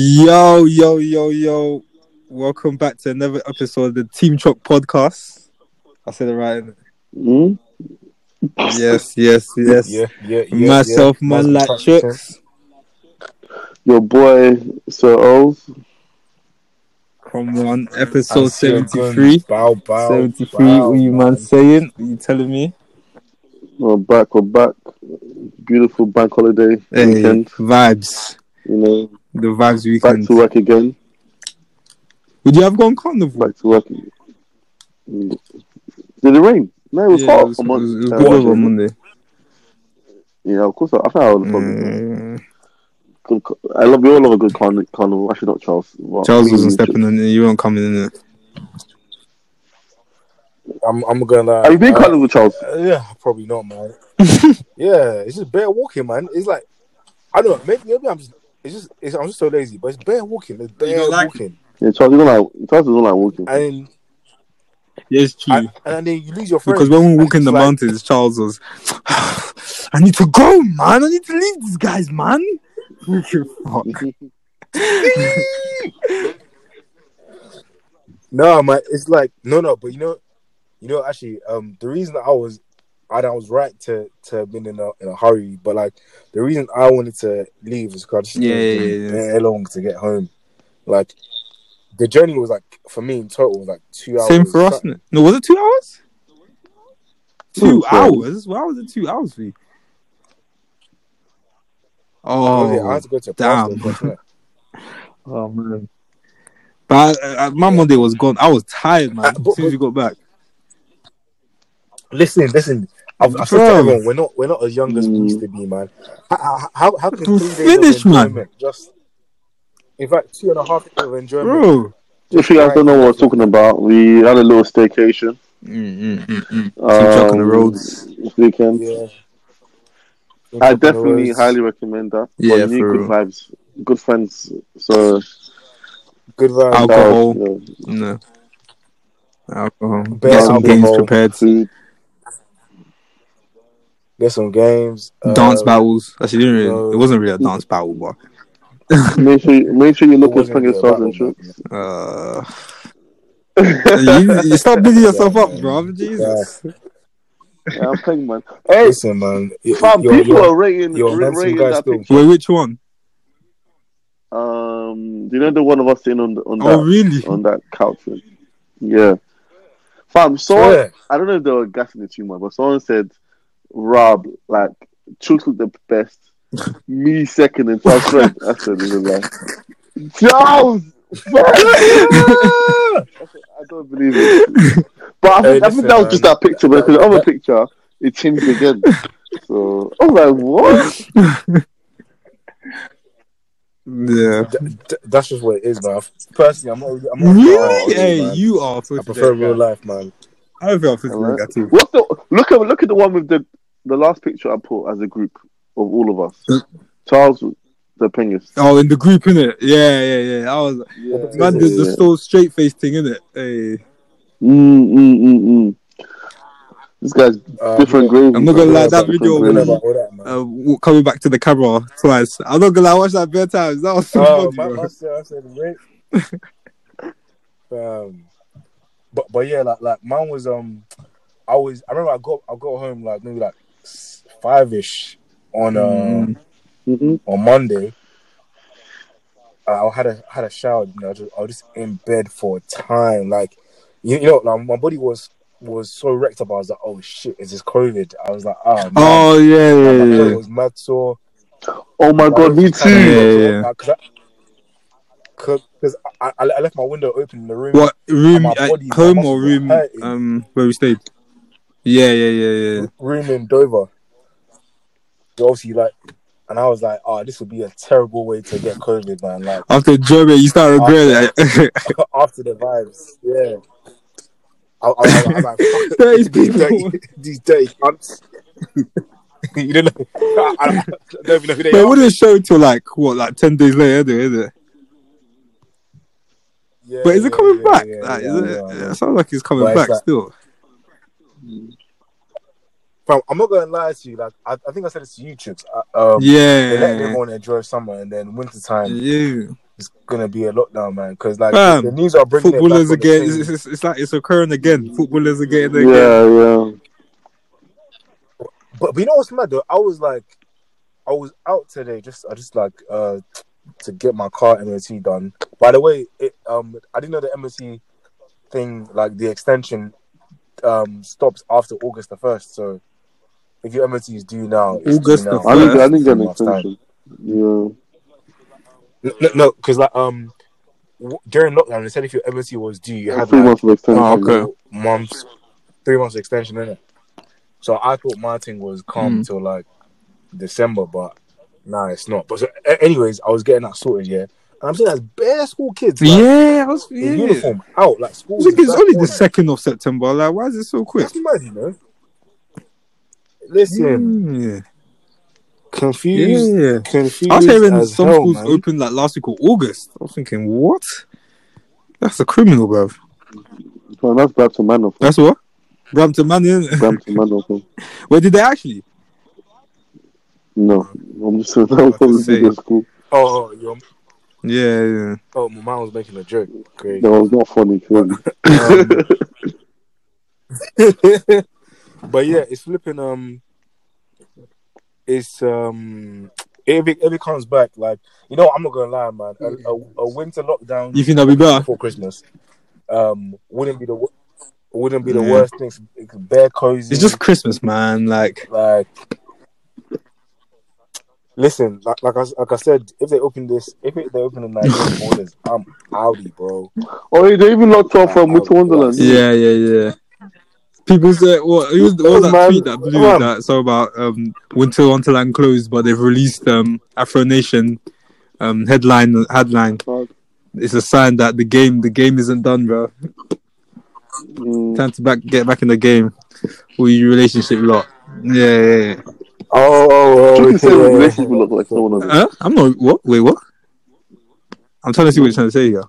Yo, yo, yo, yo. Welcome back to another episode of the Team Chalk podcast. I said it right. innit? Hmm? Yes, yes, yes. Yeah, yeah, yeah. Myself, yeah. man, Must like be practicing. Chucks. Your boy Sir O's. Come on, I'm episode still going 73. Bow, bow, 73, bow, what you man saying? What you telling me? We're back. We're back. Beautiful bank holiday Hey, weekend. vibes. You know, The vibes back weekend. to work again. Would you have gone carnival? Back to work. Mm. Did it rain? No, it was Yeah, hot. it was, it on was, it was Monday. good Uh, over Monday. Yeah, of course. I, I think I would probably. Mm, Good, ca- I love we all love a good carn- carnival. Actually, not Charles. Well, Charles me wasn't and stepping in, you weren't coming in. It. I'm, I'm gonna lie. Have you been Uh, carnival, Charles? uh, yeah, probably not, man. yeah, it's just bare walking, man. It's like I don't know. Maybe, maybe I'm just. It's just. It's, I'm just so lazy, but it's bare walking. It's You bare don't like it? walking, Yeah, Charles is not like Charles is not like walking. and, Yes, true. and and then you lose your friends Because when we were walking the Like- mountains, Charles was, I need to go, man. I need to leave these guys, man. Fuck. No, man, it's like no, no, but you know, you know, actually, um, the reason I was, I, I was right to to have been in a in a hurry, but like the reason I wanted to leave is because Yeah, yeah, yeah, yeah. very long to get home. Like the journey was like for me in total was like two hours. Same for us. innit? No, was it two hours? Two Two hours? Why was it two hours for you? Oh, yeah, I Oh, had to go to a damn. pastor, but, yeah. oh man. But uh, uh, my Monday was gone. I was tired, man. Uh, but- as soon as you got back. Listen, listen. I've, I've said to Bro. everyone, we're not we're not as young as we Mm. used to be, man. How how, how can To three days of finish, man. enjoyment just in fact two and a half days of enjoyment Bro. If you guys don't know what we're talking about, we had a little staycation. Mm, mm, mm, mm. Team um, Chuck on the roads. This weekend. Yeah. I definitely highly recommend that. Yeah, But you need for good real. vibes, good friends. So good vibes. Alcohol. that was, you know, No. Alcohol. Bare Get some games alcohol. prepared. food. Get some games. uh, dance battles. Actually, didn't really, no. it wasn't really a dance battle, but Make sure you, make sure you look it at wasn't Springer good, Stars but- and shit. uh, you, you start busy yourself up, bro. Jesus, Yeah, I'm playing, man. Hey, Listen, man. y- fam, you're- people you're- are rating, you're ra- handsome rating guy that still. picture. wait, which one? Um, do you know the one of us sitting on the, on Oh, that really? on that couch? man? Yeah, fam. So Swear. I don't know if they were gassing it too much, but someone said, "Rob, like, Chuck looked the best, me second, and Charles first." I said, "No, no, no. Charles first." I don't believe it. But I think, Hey, I think that was listen, just man. that picture because the other picture it changed again. So I was like, what? Yeah. Th- th- that's just what it is, man. Personally, I'm not. Really, I'm not Really? Hey, man. you are. I prefer real life. life, man. I don't think I'm supposed to Hello? look at you. What's the look at look at the one with the the last picture I put as a group of all of Mm. us. Charles the pingus. Oh, in the group, innit? Yeah, yeah, yeah. I was Yeah. man did the so straight face thing, innit? Hey, Mm, mm, mm, mm. This guy's Uh, different I'm gravy. I'm not gonna lie, Yeah, that different video not gonna gravy. lie about all that, man. uh, w- coming back to the camera twice. I'm not gonna lie, I watched that bare times. That was so Oh, funny, my, bro. my sister, I said rape. um, but but yeah, like like mine was um, I was I remember I got I got home like maybe like five ish on uh Mm. Mhm. on Monday. I I had a had a shower. You know, I, just, I was just in bed for a time. Like you, you know, like my body was was so wrecked up. I was like, oh shit, is this COVID? I was like, oh man. Oh yeah, Like, my yeah, body yeah. was mad sore. Oh my god, me too. Yeah, yeah, yeah. Because I, I, I left my window open in the room. What room? my uh, body- my home muscles or were room? hurting. Um, where we stayed. Yeah, yeah, yeah, yeah. room in Dover. So obviously, like, and I was like, oh, this would be a terrible way to get COVID, man. Like, After Germany, you start regretting it. after the vibes, yeah. I, I, I, I was like, fuck Thirty these people. dirty- these dirty cunts. you don't know. I, I, I don't even know who they But it are. wouldn't show till like what, like ten days later, anyway, is it? Yeah, But is it yeah, coming yeah, back? yeah, Like, yeah, is I it, know, I know. it sounds like it's coming But it's back like- still. Fam, I'm not gonna lie to you. Like, I, I think I said it's YouTube. Um, they let yeah, everyone enjoy summer, and then winter time. yeah. it's gonna be a lockdown, man. Because like Fam, the news are bringing it back Footballers on the again. thing. It's, it's, it's like it's occurring again. Footballers again. Yeah, again. yeah. But, but you know what's mad though? I was like, I was out today. Just I just like uh to get my car MOT done. By the way, it, um I didn't know the MOT thing like the extension um stops after August the first. So if your MOT is due now, it's August due the now. I didn't, I didn't get an Last time. extension. Yeah. No, no, because like um w- during lockdown they said if your MOT was due, you yeah had three like months of extension. Oh, okay. months, three months extension in it. So I thought my thing was calm Mm. till like December, but nah, it's not. But so, a- anyways, I was getting that sorted, yeah. And I'm saying that's bare school kids, like, Yeah, I was, in yeah. uniform out, like school. It's like it's only the second of September. Like, why is it so quick? That's mad, you know. Listen, Yeah, confused, Mm. yeah. confused. I was hearing as some hell, schools man. open like last week of August. I was thinking, what? That's a criminal, bruv. So that's Brampton Manor. That's what. Brampton Man, innit? Brampton Manor. fam. where did they actually? No, I'm just saying that was about to probably say. the school. Oh, oh, your, Yeah, yeah. oh, my mom was making a joke. Great. That was not funny. Clearly. Um, but yeah, it's flipping. Um, it's um, if it, if it comes back, like you know, I'm not gonna lie, man. A, a, a winter lockdown You think that'll be better? before Christmas, um, wouldn't be the wo- wouldn't be the Yeah. worst thing. It's Bare cozy. It's just Christmas, man. Like, like. Listen, like like I, s- like I said, if they open this, if it, they open the Nigerian borders, I'm outie, bro. oh, yeah, they even knocked off from Winter Wonderland. yeah, yeah, yeah. People said, "What? Who was, what was that Man, tweet that blew man. that? So about um, Winter Wonderland closed, but they've released um, Afro Nation um, headline headline. It's a sign that the game the game isn't done, bro. Mm, Time to back get back in the game. All you relationship lot. Yeah, yeah, yeah. Oh, oh, oh, you can say yeah, yeah, relationship yeah. look like someone else. Huh? I'm not. What? Wait, what? I'm trying to see what you're trying to say here.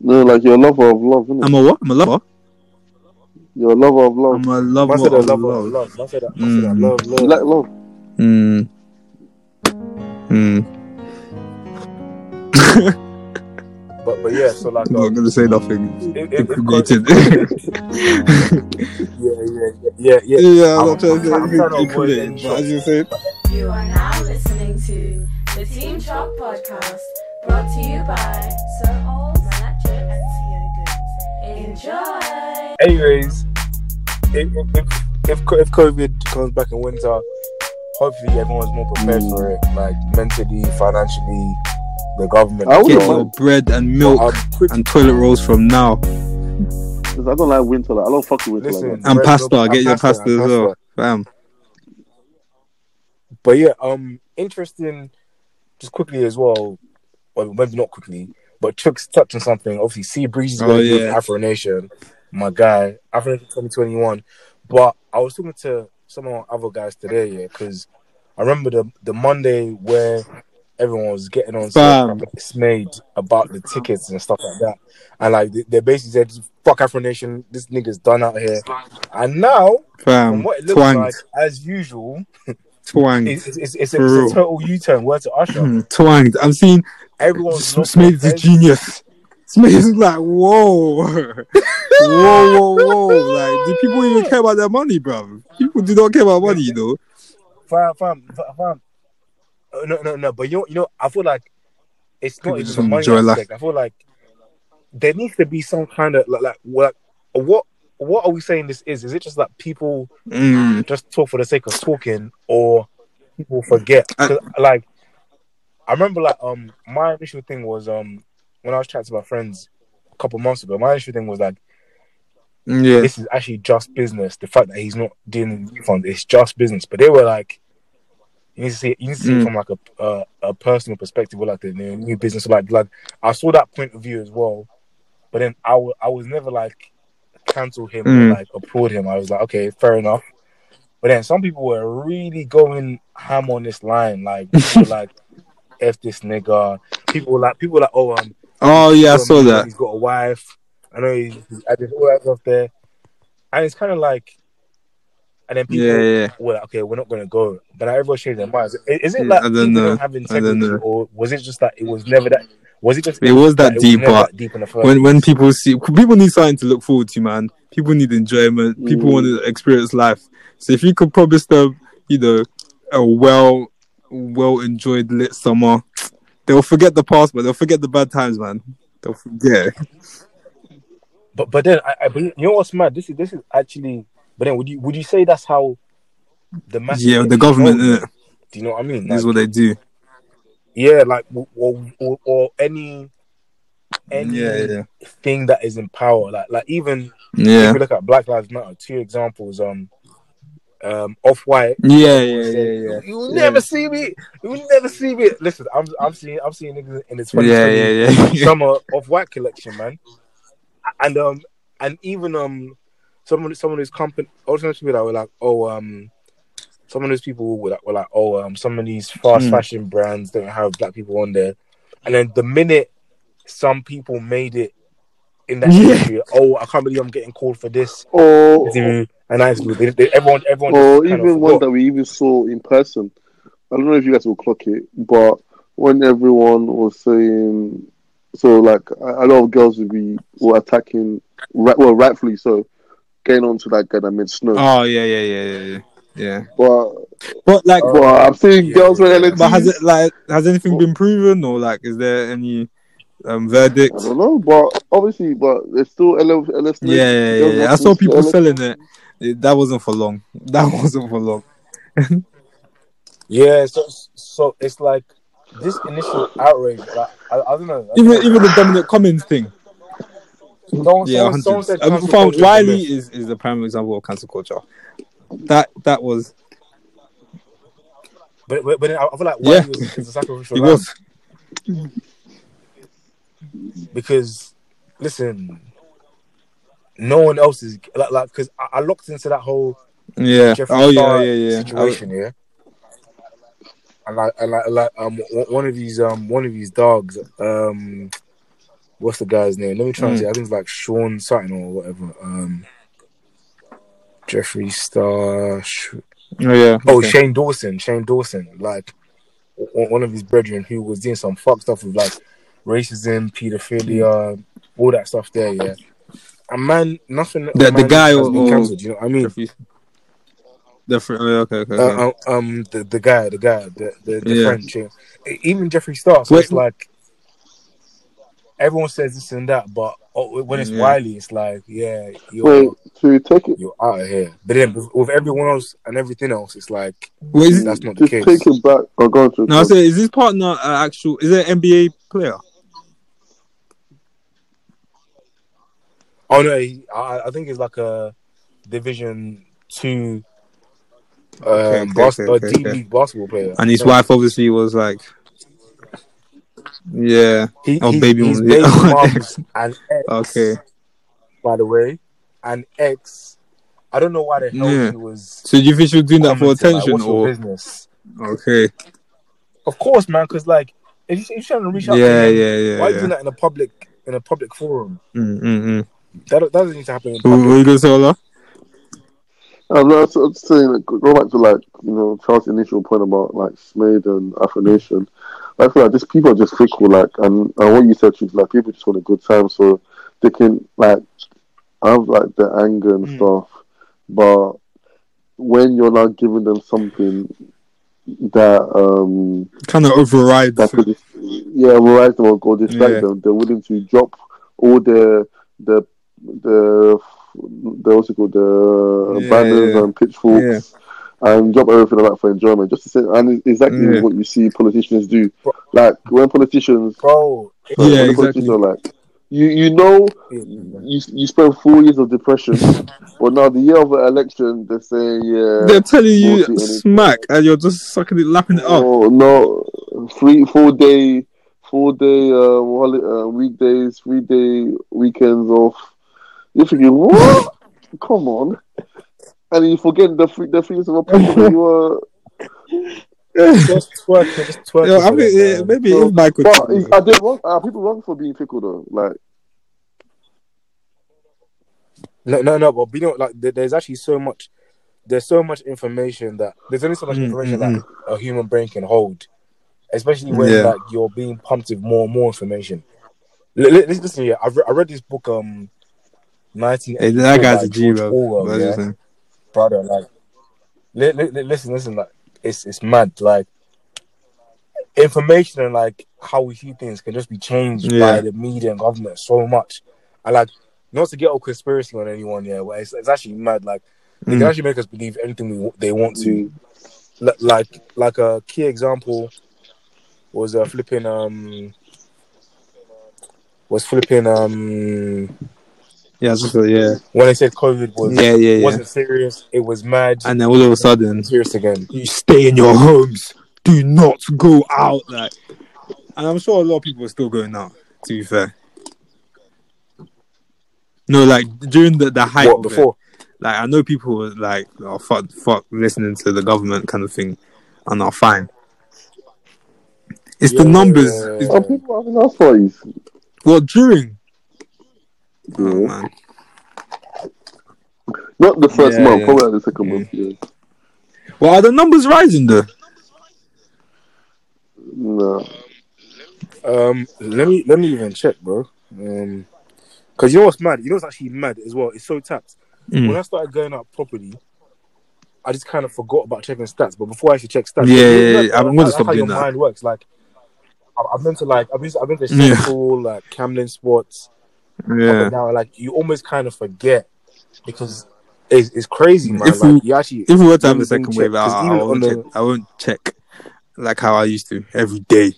No, like you're a lover of love, innit? I'm a what? I'm a lover. You're a lover of love. I'm a I lover. said I of love. love, love, love. I said I I said I Mm. love, love. You like love. Hmm. Hmm. But but yeah, so like I'm not um, gonna say nothing. if, if, if Incriminated. yeah, yeah, yeah, yeah, yeah. Yeah, I'm- I'm trying to I'm trying to say avoid incriminated. any But as you said, You are now listening to the Team Chalk Podcast, brought to you by Sir Old, Manatchit, and CO Goods. Enjoy! Anyways, if if, if if co- if COVID comes back in winter, hopefully everyone's more prepared Mm. for it, like mentally, financially, the government. I wouldn't get Yeah. your bread and But milk I'm pretty- and toilet rolls from now. 'Cause I don't like winter. Like, I don't fuck with winter. Like Listen, that. And bread, pasta, milk, get and your pasta, pasta as and well. pasta. Bam. But yeah, um, interesting. Just quickly as well, well, maybe not quickly, but Chuck's touched on something. Obviously, Sea Breeze is Oh, going to be yeah. with Afro Nation, my guy, Afro Nation 2021. But I was talking to some of our other guys today, yeah, because I remember the the Monday where everyone was getting on Fam. it's made about the tickets and stuff like that, and like they, they basically said, "Fuck Afro Nation, this nigga's done out here." And now, from Fam. what it looks Twang. like, as usual, Twang. it's, it's, it's, it's, a, For it's a real. total U-turn. Word to Usher. Hmm, Twanged. I'm seeing Everyone's lost their Smith is a heads. genius. Smith is like, whoa, whoa, whoa, whoa. Like, do people even care about their money, bro? People do not care about money, you know. fam, fam, fam, fam. Uh, No, no, no. But you know, you know, I feel like it's People not even just the wanna money enjoy life. aspect. I feel like there needs to be some kind of like, like what, what, what are we saying? This is? Is it just that people Mm. just talk for the sake of talking, or people forget? 'Cause, like, I remember, like, um, my initial thing was, um, when I was chatting to my friends a couple months ago, my initial thing was like, Yeah. this is actually just business. The fact that he's not dealing with refund, it's just business. But they were like, you need to see, it, you need to see Mm. it from like a uh, a personal perspective, or like the new, new business. Like, like I saw that point of view as well. But then I wa- I was never like cancel him Mm. or like applaud him. I was like, okay, fair enough. But then some people were really going ham on this line, like people were like f this nigga. People were like people were like, oh um, Oh, yeah, I know saw he's- that. He's got a wife. I know he's, he's I did all that stuff there. And it's kind of like, and then people Yeah, yeah. were like, okay, we're not going to go. But like, everyone changed their minds. Is, is it Yeah, like I don't people know. don't have integrity, know. or was it just that it was never that? Was it just It was that it deep, never but that deep in the first When when people see people need something to look forward to, man. People need enjoyment. People Mm. want to experience life. So if you could promise them, you know, a well well enjoyed lit summer, they'll forget the past, but they'll forget the bad times, man. They'll forget. But but then I, I believe you know what's mad. This is this is actually. But then would you would you say that's how the masses Yeah, get the government controlled? innit? Do you know what I mean? This is Like, what they do. yeah, like or or, or any any Yeah, yeah, thing that is in power. Like like even if yeah, we look at Black Lives Matter, two examples. Um, um, off white. yeah, yeah, yeah, yeah. You will Yeah. never see me. You will never see me. Listen, I'm I'm seeing I'm seeing niggas in its Yeah, yeah, yeah. summer of white collection, man. And um and even um someone someone who's company all those people that were like, oh um some of those people were like, were like oh um some of these fast Hmm. fashion brands don't have black people on there. And then the minute some people made it in that Yeah. industry, oh I can't believe I'm getting called for this. Oh, Or And I they, they, everyone everyone or just kind of even one forgot. that we even saw in person. I don't know if you guys will clock it, but when everyone was saying, so like a a lot of girls would be were attacking, right, well, rightfully so, getting onto that guy that made snow. Oh yeah, yeah, yeah, yeah, yeah. but Yeah. But like, Oh, but I'm seeing yeah, girls with yeah. LNTs. but has it like has anything been proven or like is there any um verdict? I don't know, but obviously, but there's still LL, LS. Yeah, yeah, yeah. yeah. I saw people selling it. It- That wasn't for long. That wasn't for long. Yeah, so so it's like this initial outrage. Like, I, I don't know. Even even the Dominic Cummings thing. Someone, Yeah, someone, someone said 100. Um, cancel found culture is a Wiley myth. is is the prime example of cancel culture. That that was But, but, but then I I feel like Wiley Yeah. was, is a it sacrificial lamb was because, listen, no one else is like like because I, I locked into that whole yeah. Jeffree Oh yeah, Star yeah, yeah. I was- situation yeah. And like, and like, like um, w- one of these, um, one of these dogs, um, what's the guy's name? Let me try and Mm. see. I think it's like Sean something or whatever. Um, Jeffree Star, Sh- Oh yeah. Oh, okay. Shane Dawson, Shane Dawson, like o- one of his brethren who was doing some fucked stuff with like racism, pedophilia, all that stuff there. Yeah, and man, nothing. The- the man guy has or- been or- cancelled. You know what I mean? Jeffrey- The fr- oh, okay, okay. okay. Uh, uh, um, the, the guy, the guy, the the, the Yeah. French, yeah. E- even Jeffree Star. So Wait. it's like everyone says this and that, but oh, when it's Yeah. Wiley, it's like yeah, Wait, you're to take it, you're out of here. But then with, with everyone else and everything else, it's like Wait, is, that's not the just case. take it back or go to. No, I say, is his partner an actual? Is it an NBA player? Oh no, he, I, I think it's like a Division Two um, Okay, okay, bas- okay, uh, okay, D League basketball player. And his Yeah. wife obviously was like, yeah, He, oh he- baby, his mom. baby mom Yeah. and ex, okay. by the way, and ex. I don't know why the hell Yeah. she was So do you think she was doing that for commenting, like, attention what's your or business. okay? Of course, man, because like if, you, if you're trying to reach out, Yeah, to him, yeah, yeah. why are you yeah. doing that in a public in a public forum? Mm, mm, mm. That that doesn't need to happen. In So, what public. are you gonna say, Ola? I'm not I'm just saying, like, go back to like you know Charles' initial point about like Smade and affirmation. I feel like just people are just fickle, like, and, and what you said, Chief, like people just want a good time, so they can like have like the anger and Mm. stuff, but when you're not giving them something that um Kind of override. that could, yeah, right or go distract Yeah. them. They're willing to drop all the the the the what's it called the Yeah, banners yeah. and pitchforks and drop everything like for enjoyment. Just to say, and it's exactly Yeah. what you see politicians do. Like when politicians, bro. Yeah, when the exactly. politicians are like, you you know. it- You, you spent four years of depression, but now the year of the election, they're saying, uh, yeah, They're telling you Forty minutes. smack, and you're just sucking it, lapping it up. Oh no, three four day, four day uh, holi- uh weekdays, three day weekends off. You're thinking what? Come on, and you forget the free, the freedoms of oppression that you were. just twerking, just twerking. Yeah, I for mean, them, yeah, man. maybe So- it's Michael. But is, are they wrong? Are people wrong for being fickle though? Like No, no, no. But you know, like there- there's actually so much. there's so much information that there's only so much Mm, information mm, that a human brain can hold, especially when Yeah. like you're being pumped with more and more information. L- l- listen, listen here, I've re- I read this book um, nineteen Hey, eighty. that guy's a G, bro. But it's just like- brother. Like, li- li- li- listen, listen. Like, it's it's mad. Like, information and like how we see things can just be changed by Yeah. the media and government so much. And like, not to get all conspiracy on anyone, yeah, but it's, it's actually mad. Like, they can Mm. actually make us believe anything we, w- they want to. Li- Like, like a key example was uh, flipping um. Was flipping um Yeah, it's just like, yeah, when they said COVID was yeah, yeah, yeah. wasn't serious, it was mad And then all of a sudden, serious again. you stay in your homes. Do not go out. Like, and I'm sure a lot of people are still going out. To be fair, no, like during the the hype of What it, before? like I know people were like, "Oh fuck, fuck," listening to the government kind of thing, and are fine. It's the Yeah. numbers. It's, Oh, people having house parties. well, during oh, Yeah. man. Not the first Yeah, month, yeah. probably like the second Yeah. month. Yeah. Well, are the numbers rising though? No. Um, let me let me even check, bro. Um, because you know what's mad? You know what's actually mad as well. It's so tapped. Mm. When I started going out properly, I just kind of forgot about checking stats. But before I actually check stats, Yeah, you know, yeah, like, yeah. I'm gonna that's stop how doing your that. mind works. Like, I- I've been to like I've been to, I've been to Yeah. Central, like Camden Sports. Yeah. Now, like you almost kind of forget because it's, it's crazy, man. If like you actually If we were to have Even a second check, wave, I, 'cause I, even won't on check, the- I won't check like how I used to every day,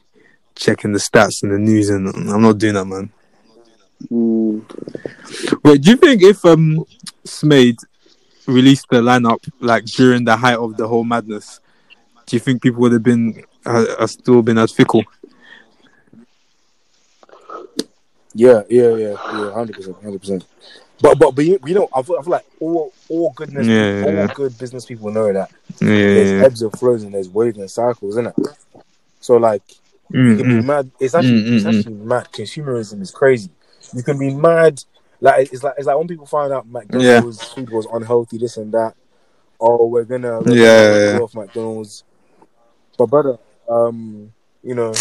checking the stats and the news, and I'm not doing that, man. Mm. Wait, do you think if um Smade released the lineup like during the height of the whole madness, do you think people would have been uh, uh, still been as fickle? Yeah, yeah, yeah, yeah, hundred percent, hundred percent. But but but you, you know, I feel, I feel like all all goodness, Yeah, yeah, all yeah. good business people know that Yeah, there's yeah, ebbs and flows and there's waves and cycles, isn't it? So like, yeah. you can be Mm, mm. mad. It's actually Mm, mm, it's mm. actually mad. Consumerism is crazy. You can be mad. Like it's like it's like when people find out McDonald's food was unhealthy, this and that. Oh, we're gonna we're Yeah, gonna yeah. go off McDonald's. But brother, um, you know,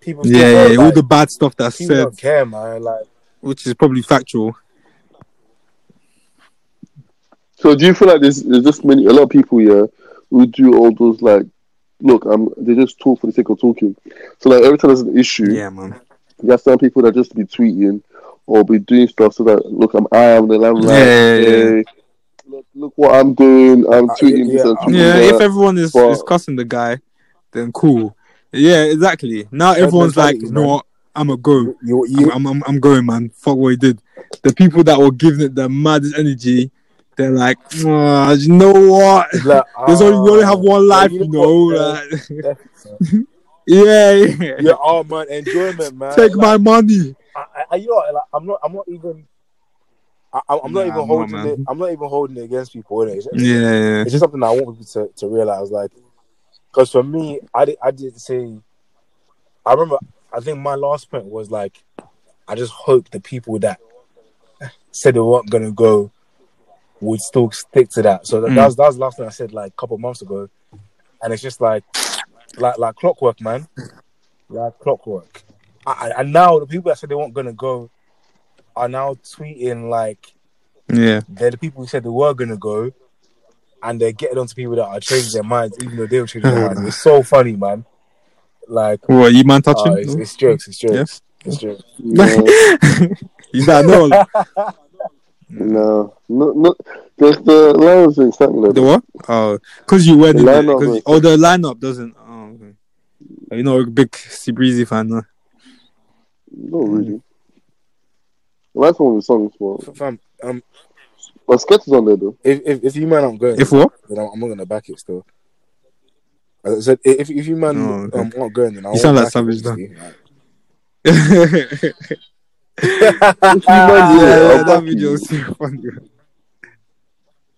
people still yeah, know, yeah, yeah. all like, the bad stuff that's people said, don't care, man. Like. which is probably factual. So do you feel like there's, there's just many a lot of people yeah who do all those like look i they just talk for the sake of talking. So like every time there's an issue, Yeah, man. you have some people that just be tweeting or be doing stuff so that look I'm I am the lamb Yeah, yeah, yeah. Hey, look, look what I'm doing. I'm Uh, tweeting yeah, this. I'm yeah, tweeting Yeah, that. if everyone is, but- is cussing the guy, then cool. Yeah, exactly. Now That everyone's like, mentality, you know man. what? I'm a go. You, you, I'm, I'm, I'm, I'm going, man. Fuck what he did. The people that were giving it the maddest energy, they're like, "Ah, you know what? Like, ah, There's only we only have one life, you you know know. what, like, yeah, yeah, yeah. yeah, oh man, enjoyment, man. Take like, my money. I, I- I, you know, what, like, I'm not, I'm not even, I, I'm I'm not Nah, even I'm not, holding man. it. I'm not even holding it against people. innit? It's, Yeah, yeah, it's just something I want people to, to realize, like, because for me, I did, I didn't say. I remember. I think my last point was like, I just hope the people that said they weren't gonna go would still stick to that. So that, Mm. that was that was the last thing I said like a couple months ago, and it's just like, like like clockwork, man, like clockwork. I, I, and now the people that said they weren't gonna go are now tweeting like yeah. they're the people who said they were gonna go, and they're getting onto people that are changing their minds, even though they were changing their minds. It's so funny, man. Like, What you man uh, touching? it's, it's jokes, it's jokes, it's jokes. No, He's like, no, no, no, no. There's the lines and something like The that. what? Oh, because you went The in there. lineup Cause, was- oh, the lineup doesn't. Oh, okay. Are you know, a big Seabreezy fan. Huh? Not really. The last one was songs, but F- Fam, um, but sketch is on there though. if if, if you man aren't going, If what? then I'm, I'm not gonna back it still. As I said, i- if if you man Oh, okay. um, aren't going, then I You sound like won't back it, Savage obviously. Like, yeah, If Ah, you man, yeah, I'll that back video you. was so funny.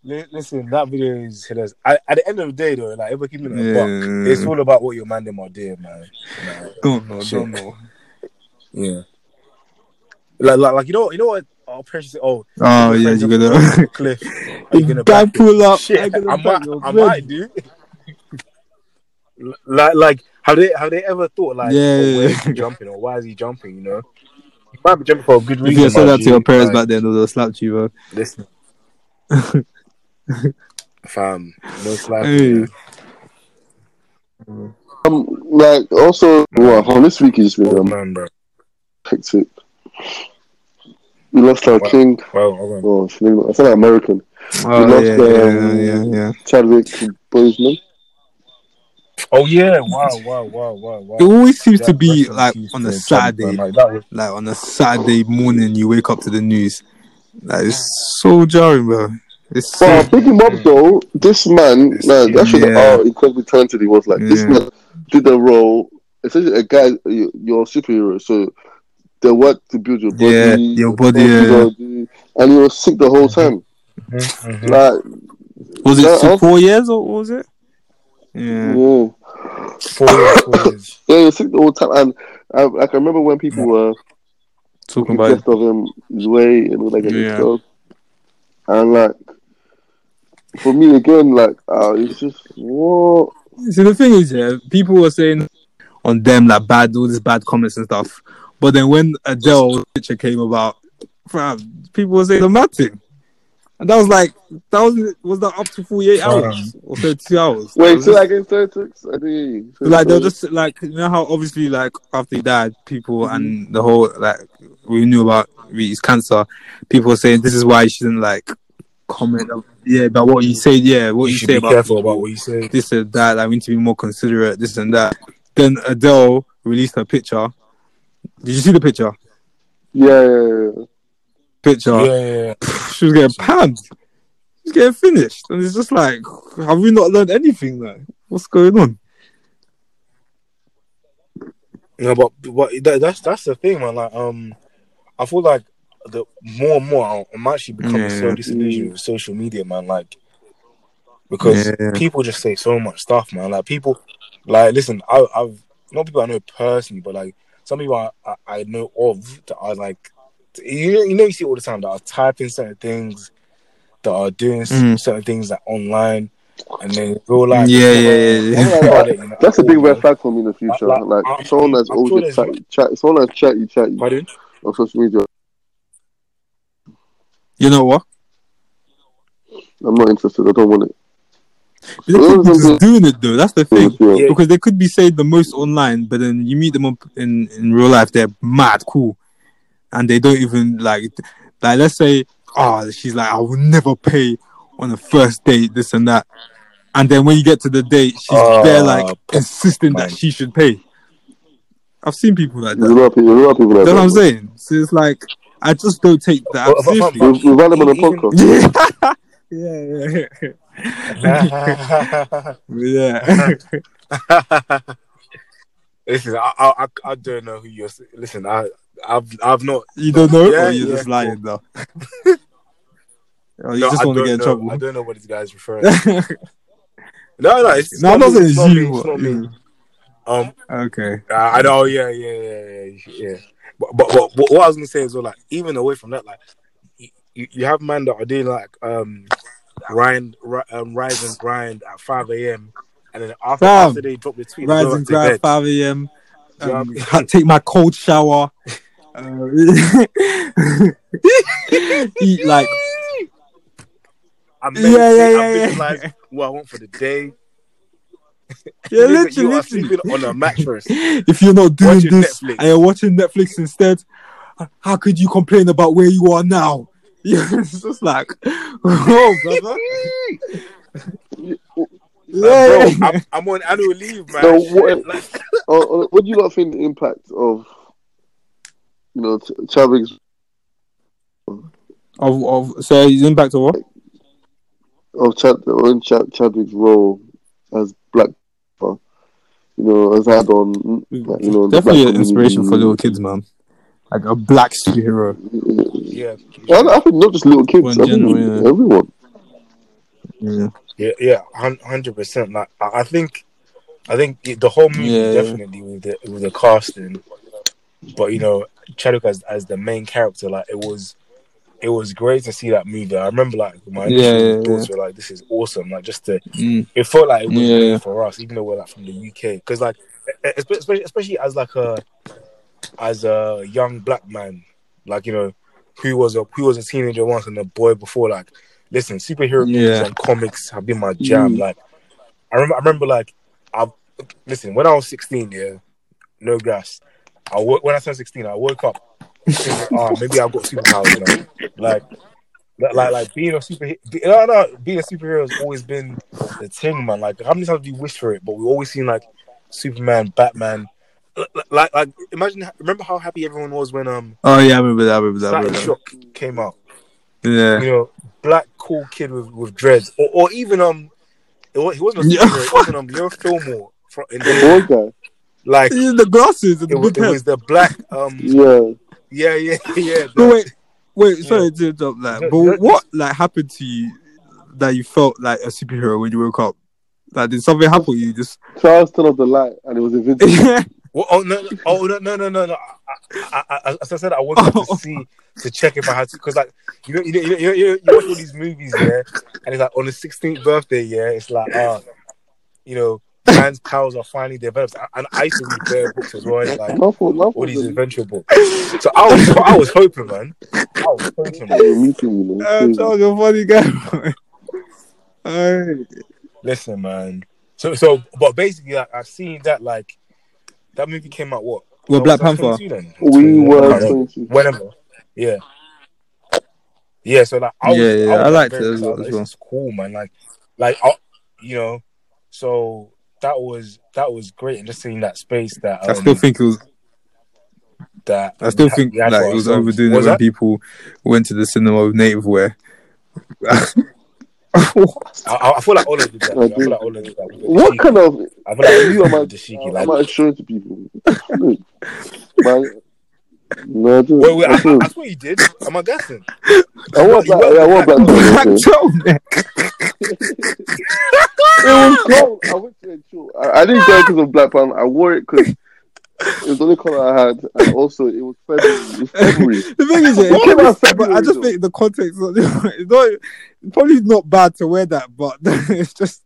Li- Listen, that video is hilarious. I, at the end of the day, though, like if we're keeping it a buck, Yeah. it's all about what your man them are doing, man. Like, don't know, Shit. don't know. yeah, like, like, like you know, you know what? I'll pressure. Oh, Oh yeah, you friends up gotta. the cliff. Are you gonna guy back it? pull up. Shit, I'm I gonna might, back your I bread. might do. L- like, like, have they, have they ever thought like, Yeah, yeah, oh, where yeah. is he jumping or why is he jumping? You know, he might be jumping for a good If reason. you had said my that to your G, parents like, back then, they'll slap you, bro. Listen, fam, most likely. Hey. you know. Um, like also, well, on this week it's been Oh, um, man, bro. hectic. We lost our Wow. king. Well, hold on. Oh, it's really- I sound like American. Oh, lost, yeah, um, yeah, yeah, yeah. Chadwick Boseman. Oh, yeah! Wow! Wow! Wow! Wow! Wow! It always seems Yeah, to be rest in like peace on to a Chadwick Saturday, Boseman. Like, that was- like on a Saturday morning, you wake up to the news. That is so jarring, bro. It's so Well, big him up though. This man, This man, that shows Hmm. yeah. how incredibly talented he was. Like this Yeah. man did a role, essentially a guy, you- you're a superhero, so the work to build your body, Yeah, your body, what you yeah. Hmm. gotta do, and he was sick the whole time. Mhm, mhm. Like, was Yeah, it two, I'll- four years or what was it? Yeah, yeah. Four years, four years. yeah, he was sick the whole time, and I, like I remember when people were talking about it. obsessed of him, his way, and all that kind Yeah. of stuff, and like. For me again, like uh, it's just what See, the thing is, yeah, people were saying on them like bad, all these bad comments and stuff. But then when Adele's picture came about, fam, people were saying the mad thing. And that was like, that was, was that up to 48 hours or 32 hours? It wait, was so just- like in Celtics, I think like they'll just like you know how obviously like after he died, people Mm-hmm. and the whole like we knew about his cancer, people were saying this is why you shouldn't like comment. Yeah, about what you said. Yeah, what you you, should say be about careful about what you say. this and that. Like, we need to be more considerate. This and that. Then Adele released her picture. Did you see the picture? yeah, yeah, yeah. Picture. Yeah, yeah, yeah. She was getting panned. She's getting finished, and it's just like, have we not learned anything? Like, what's going on? No, but but that, that's that's the thing, man. Like, um, I feel like the more and more I'm- I'm actually becoming Yeah. so disillusioned Mm. with social media, man. Like, because Yeah. people just say so much stuff, man. Like, people, like, listen, I, I've not people I know personally, but like some people I, I, I know of that are like, you know, you know, you see all the time that are typing certain things, that are doing s- Mm. certain things like online, and then in real life, Yeah, yeah, yeah, yeah. That's a big red flag for me in the future. Like, Like, I'm- someone that's I'm always sure just there's- chat, chat, someone that's chatty, chatty Pardon? on social media. You know what? I'm not interested. I don't want it. They could be just doing it though. That's the Yeah, thing. yeah. because they could be saying the most online, but then you meet them up in in real life, they're mad cool, and they don't even like like let's say oh she's like I will never pay on the first date this and that, and then when you get to the date she's Oh, there like insisting man. that she should pay. I've seen people like There's a that. lot of people. There's a lot of people like That's that. what I'm saying. So it's like I just don't take that But- but- but- seriously. but- We've, we've had them on the Even- podcast. Yeah, yeah, yeah, yeah. listen, I, I, I- I don't know who you're. s- Listen, I, I've, I've not. You don't know, Yeah, or Oh, you're yeah. just lying now. or Oh, you no, just I want to don't get in know, trouble. I don't know what this guy's referring. to. No, no, it's, no, I'm not me, saying it's not me, you. it's but- not me. Um, Okay. I I know. Yeah, yeah, yeah, yeah. yeah. But, but, but, but what I was gonna say is, well, like, even away from that, like, you, you you have man that are doing like, um, grind, ri- um, rise and grind at five a.m. And then after, Fam. after they drop the tweet, they go Rising back to ground, bed. 5 a.m. Do you know Um, what ha- take my cold shower. Uh, eat like I'm Yeah, yeah, meditating, yeah, I'm yeah. visualizing what I want for the day. yeah, Nigga, literally, you are literally. sleeping on a mattress. If you're not doing Watching this Netflix. and you're watching Netflix instead, h- how could you complain about where you are now? Yeah, it's just like, whoa, brother. Bro, Yeah, yeah. I'm, I'm on annual leave, man. No, Shit, what- like, Oh, oh, what do you lot think the impact of you know Ch- Chadwick's Of, of, so his impact of what? of Oh, Chad on Chad, Chadwick's role as Black, Panther, you know, as had on like, you know the definitely black an inspiration for little community. kids, man. Like a black superhero. yeah, I, I think not just little kids. Well, in I think general, yeah. everyone. Yeah, yeah, yeah, hun- hundred percent. Like, I I think, I think it- the whole movie Yeah. definitely with the with the casting, but you know, Chadwick as as the main character, like it was, it was great to see that movie. I remember like my Yeah, initial yeah, thoughts were like, "This is awesome!" Like just the Mm. it felt like it was Yeah. made for us, even though we're like from the UK. Because like, e-, especially, especially as like a as a young black man, like you know, who was a who was a teenager once and a boy before. Like, listen, superhero movies Yeah. and comics have been my jam. Mm. Like, I remember, I remember like, I listen when I was sixteen. Yeah, no gas. I wo- when I turned sixteen, I woke up. Thinking, oh, maybe I've got superpowers now. Like, like, like, like being a superhero. No, no, being a superhero has always been the thing, man. Like, how many times do you wish for it? But we always seen like Superman, Batman. L- l- Like, like, imagine. Remember how happy everyone was when um Oh yeah, I remember that. I remember that. I Static remember that. Shock came out. Yeah. You know, black cool kid with, with dreads, or, or even um, it, wa- he wasn't a Yeah. superhero. it wasn't um Leo Fillmore from in the, Old guy. like Yeah, The glasses and it the was, big it head. was the black um Yeah. yeah yeah yeah But wait, wait, Yeah. sorry to interrupt that. No, But no, what like happened to you that you felt like a superhero when you woke up? Like did something happen? to You just Charles turned off the light and it was invincible. yeah, Well, oh no! no, Oh no! No! No! No! no. I, I, I, as I said, I wanted Oh. to see to check if I had to because, like, you know, you know, you know, you, know, you watch all these movies, yeah, and it's like on the sixteenth birthday, yeah, it's like, ah, you know, man's powers are finally developed, and I used to read bear books as well, and, like Lawful, lawful. all these Me adventure books. So I was, I was hoping, man, I was hoping. Man. too, you know. uh, Crazy. Charles, you're a funny guy. Alright. Listen, man. So, so, but basically, like, I've seen that, like, that movie came out what? Well, Was Black I Panther. 22 then? We were I don't know. 22. whenever. Yeah. Yeah, so like I was, Yeah, yeah, I, was, I liked very it as excited. well- Like, as this well. is cool, man. Like, like I, you know, so that was that was great, and just seeing that space that um, I still think it was. that I still that think we had like for it was ourselves. overdoing Was it when that? people went to the cinema with native wear. I, I- I feel like all of you did that. I I feel do. like all of you did that. We were What cheeky. kind of I feel like you are Oh, my- the cheeky, I'm like, not showing to people. Look, my, no, I do. wait, wait, I, I, do. I, I thought you did. Am I guessing? I want you that. I want that. Black It Tom, was cold. I went to a show. I, I didn't wear it because of Black Panther. I wore it because it was the only color I had, and also it was February. It was February. The thing is, yeah, it What came was out, that but I just though? think the context. of- It's not it's probably not bad to wear that, but it's just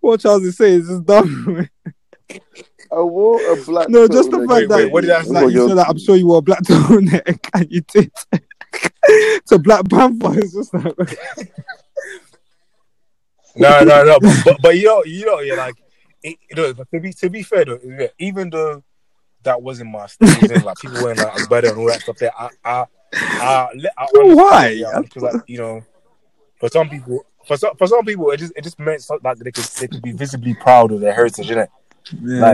what Charles is saying is just dumb. I wore a black. No, just the turtleneck. fact wait, that what did I like, say? Oh my you said that I'm sure you wore a black turtleneck and you did. to Black Panther, it's just like No, no, no. But, but, but you know, you know, you're like, it, you know, but to be to be fair though, yeah, even though that wasn't my season, like people weren't like I'm better and all that stuff. There, I, I, I, let- I Well, why? Because like you know, for some people, for some for some people, it just it just meant something like they could they could be visibly proud of their heritage, innit? yeah,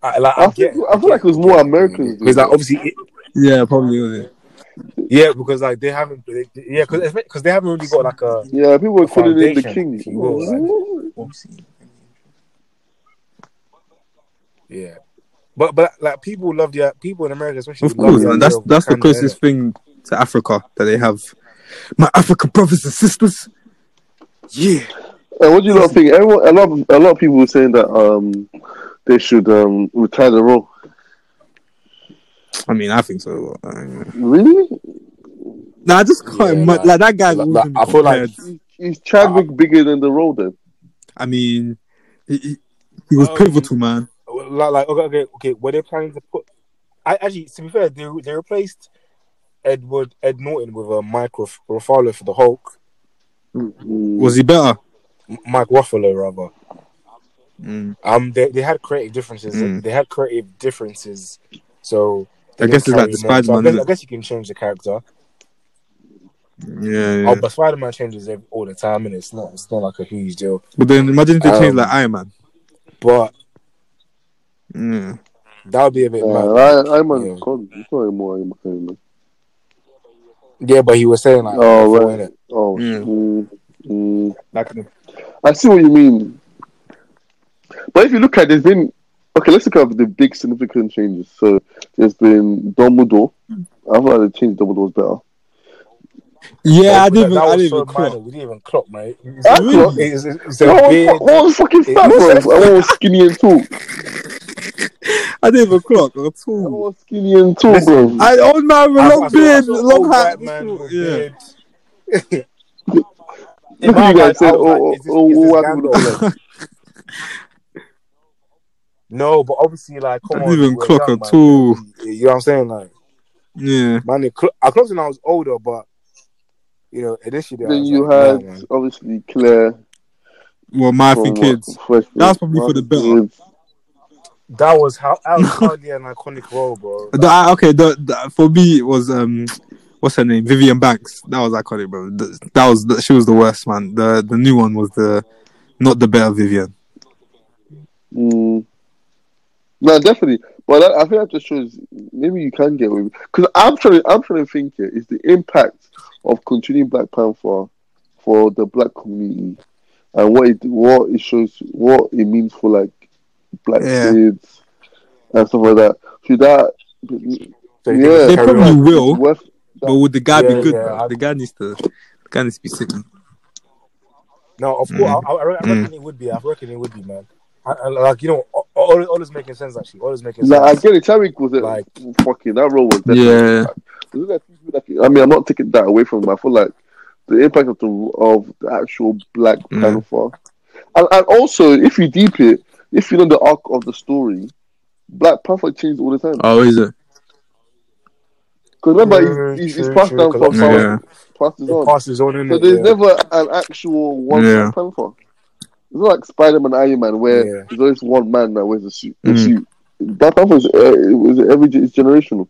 I, like, I, I, get, think, I feel like it was more Americans. because like obviously it, yeah, probably was it. yeah because like they haven't they, they- yeah because because they haven't really got like a yeah, people were The calling it the foundation, king. if you will, like- yeah. But but like people love the people in America, especially Of love course, the man. idea That's of that's the Wakanda, closest thing to Africa that they have. My African brothers and sisters. Yeah. And what do you lot think? Everyone, a lot, of, a lot of people were saying that um, they should um, retire the role. I mean, I think so. uh, I mean, Really? Nah, I just can't. Yeah, ima- like- like that guy's. like- like, always I feel like- prepared. Is Uh, Chadwick bigger than the role then? I mean, he, he, he was Oh, pivotal, man. like, like okay, okay, okay. Were they planning to put? I actually, to be fair, they they replaced Edward Ed Norton with a Mike Ruff- Ruffalo for the Hulk, Mm-hmm. Was he better? M- Mike Ruffalo rather. Um, they, they had creative differences. Mm. They had creative differences. So they I guess didn't it's like carry the him Spider-Man, on. So I guess, isn't I it? guess you can change the character. Yeah. yeah. Oh, but Spider Man changes every, all the time, and it's not it's not like a huge deal. But then imagine if they changed Um, like Iron Man. But Yeah. that would be a bit Yeah, mad. Uh, I, I'm Yeah. on con. It's not anymore. I'm on. Yeah, but he was saying like, Oh, before, right. innit? Oh, Yeah. mm, mm. That kind of... I see what you mean. But if you look at, it, there's been okay. Let's look at the big significant changes. So there's been Dumbledore. I thought they changed Dumbledore's better. Yeah, I But that- didn't. that I was didn't so even clock. minor, We didn't even clock, mate. It's, I a- clocked. it's, it's, it's I a was, weird I was fucking fat, bro. I was skinny and tall. I didn't even clock at I all. was skinny and tall, bro. I old man with I- long I saw- I beard, saw long old hat. white man with Yeah. beard. In Look my at you mind, guys said, I was like, oh, oh, is this- oh, is oh, this white Gandalf? people don't like. No, but obviously, like, come I on, didn't even we were clock young, at man. all. You know what I'm saying? Like, Yeah. man, it cl- I clocked when I was older, but you know, initially, I Then was you like, nah, had man. obviously Claire. Well, my from thing what, kids. Fresh That's Prince, probably for the Martin better. Kids. that was how that was hardly an iconic role, bro. The- I- okay, the, the, for me it was um, what's her name? Vivian Banks. That was iconic, bro. Th- That was the, she was the worst man. The the new one was the not the better Vivian. Mm. No, definitely. But that, I think that just shows maybe you can get away with because I'm trying. I'm trying to think here is the impact of continuing Black Panther for the black community and what it what it shows what it means for like black Yeah. kids and stuff like that. Should that So you think Yeah. it's They carry probably on? will, worth but would the guy Yeah, be good? yeah, bro? I- The guy needs to. The guy needs to be sick. No, of Mm. course, I, I, re- I reckon it would be. I reckon it would be, man. I, I, like you know, all, all, all is making sense actually. All is making Like, I sense. get it. Chadwick was a Like- fucking that role was definitely. Yeah, Is it that people that- I mean, I'm not taking that away from him. I feel like the impact of the of the actual Black Mm. Panther, and, and also if you deep it, if you know the arc of the story, Black Panther changes all the time. oh, is it? Because remember, True, he's, he's, true, he's passed true, down from 'cause someone Yeah. who passes It on. passes on, innit? So there's yeah. never an actual one Yeah. Black Panther. It's not like Spider Man, Iron Man, where Yeah. there's always one man that wears a suit. a Mm. suit. Black Panther is uh, it was every it's generational.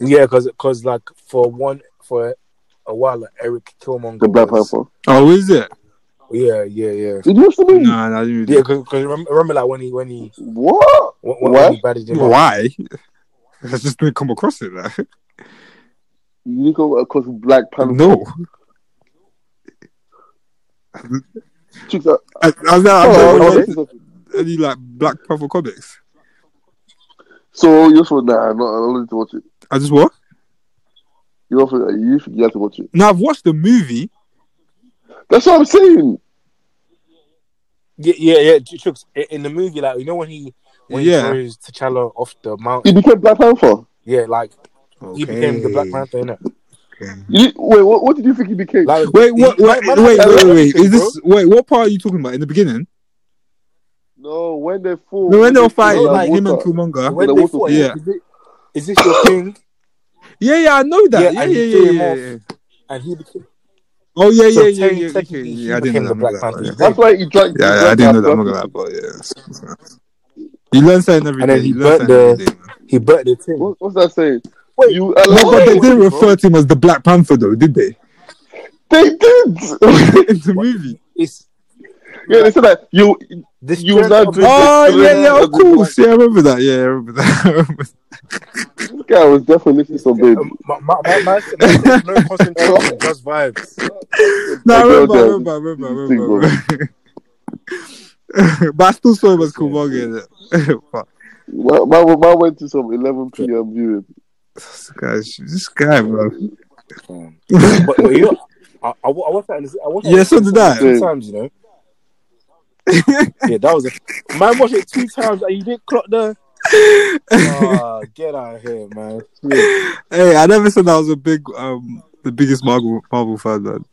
Yeah, because like for one for a while, like, Eric Killmonger. The Black was- Panther. Oh, is it? Yeah, yeah, yeah. Did you watch the movie? Nah, nah, I didn't Yeah, really. because remember, remember like when he when he What? when, when What? he batted him. up. Why? I just didn't come across it. Like. You didn't go across Black Panther. No, Chicks are- I, I, was like, I've Oh, never okay. read any like Black Panther comics. So you also nah, no, I don't need to watch it. I just what? You also uh, you should- you have to watch it. Now I've watched the movie. That's what I'm saying. Yeah, yeah, yeah. Ch- Chooks, i- in the movie, like you know when he when Yeah. he throws T'Challa off the He mountain. became Black Panther. Yeah, like he became the Black Panther. Innit? You, didn't- wait, what, what did you think he became? Like Wait, what? he- Wait, wait, man- man- wait, man- wait, man- Is bro. this wait? What part are you talking about in the beginning? no, when they Oh, fought. No, when they were fighting, No, like him and water. Killmonger. when the they water- fought? yeah. Is, it, is this your king? Yeah, yeah, I know that. Yeah, Yeah, and yeah, he yeah, threw yeah, him yeah. And he became Oh yeah, So yeah, yeah, technically, yeah. Okay, he yeah, I didn't became know the that. Black Black Panther. yeah. That's why he Yeah, drank. yeah, he I drank didn't know that that. I'm not blood. gonna lie, but yeah. You learn something every And then day. he You learn burnt something the- every day, man. he burnt the thing. What, what's that saying? Wait, you No, but they allowed didn't it, refer to him as the Black Panther, though, did they? bro. They did. in the movie. It's yeah, they said that you. this You was not drinking- Oh yeah, yeah, of Yeah. course. Yeah, I remember that. Yeah, I remember that. I remember that. This guy was definitely listening to some Um, baby. um, My, my, my, my, no concentration, just vibes. No, I Like, remember, I yo, remember, I remember, I remember. I this remember. but I still saw him as Killmonger in it. Fuck. My, my, my went to some 11 p.m. viewing. this guy, this guy, bro. but, but you know, I, I, wa- I watched that. in the- I watched that Yeah, so did I. Two times, you know. yeah, that was a man. Watched it two times, and you didn't clock the. Ah, get out of here, man. Hey, I never said I was a big, um, the biggest Marvel Marvel fan. Man.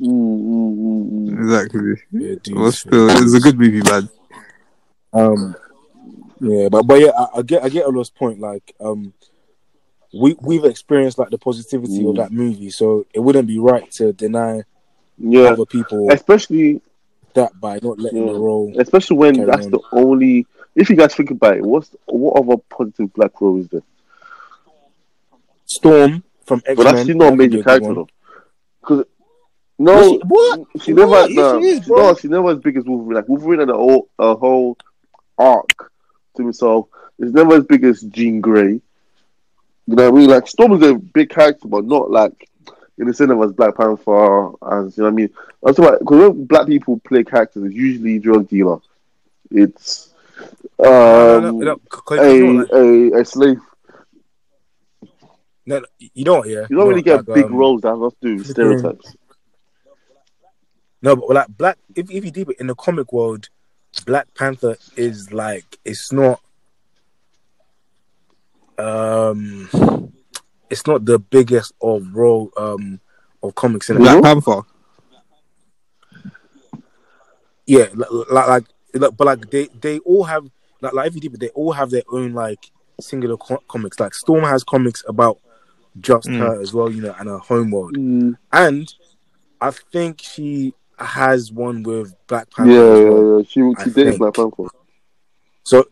Mm, mm, mm, mm. Exactly. Yeah, dude. But still, it was a good movie, man. Um, yeah, but but yeah, I, I get I get Ola's point. Like, um, we we've experienced like the positivity of Mm. that movie, so it wouldn't be right to deny Yeah, Mm. other people especially that by not letting the Yeah. role. especially when Carry that's on. the only. If you guys think about it, what's what other positive black role is there? Storm from X But Men. that's still not a major character though. Because no, she- what? she never. What? Yes, nah, she is, bro. no, she never as big as Wolverine. Like Wolverine had a whole a whole arc to himself. It's never as big as Jean Grey. You know what I mean? Like Storm is a big character, but not like in the cinema as Black Panther. As you know what I mean? That's why because when black people play characters, it's usually drug dealer. It's um, you, a, a a slave. don't, yeah. You don't really get like, big um, roles that have to do with stereotypes. No, but like black. If if you deep it in the comic world, Black Panther is like it's not um it's not the biggest of role um of comics in Black Panther. yeah, like, like, like, like- but like they they all have like like every but they all have their own like singular co- comics. Like Storm has comics about just Mm. her as well, you know, and her homeworld. Mm, And I think she has one with Black yeah, Panther. yeah, as well. yeah. She, I she dated think. Black Panther. So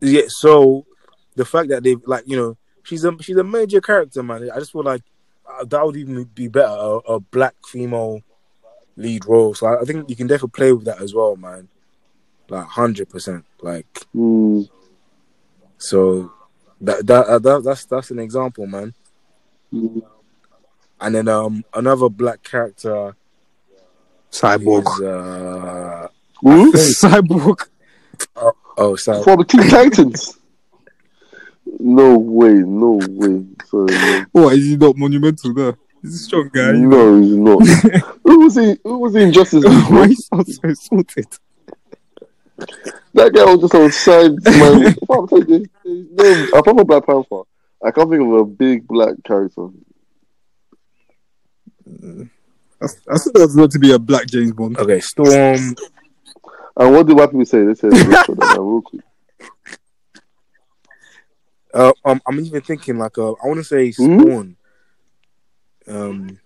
yeah, so the fact that they've like you know she's a she's a major character, man. I just feel like uh, that would even be better a, a black female lead role. So I, I think you can definitely play with that as well, man. Like hundred percent. Like Mm, so that, that uh, that that's that's an example, man. mm. And then um another black character Cyborg. is uh Who? Cyborg. oh sorry For the Teen Titans. No way, no way. Sorry, man. What Oh, is he not monumental there? He's a strong guy. No, he's not. who was he? Who was he in Justice League? Why bro? you sound so sorted? That guy was just on side. Man, Fuck, take it. no, apart from Black Panther, I can't think of a big black character. I, I said there was meant to be a black James Bond. okay Storm And what do white people say? They say Richard. and I'm real quick. Uh, um, I'm even thinking like uh, I want to say Hmm? Spawn. Um,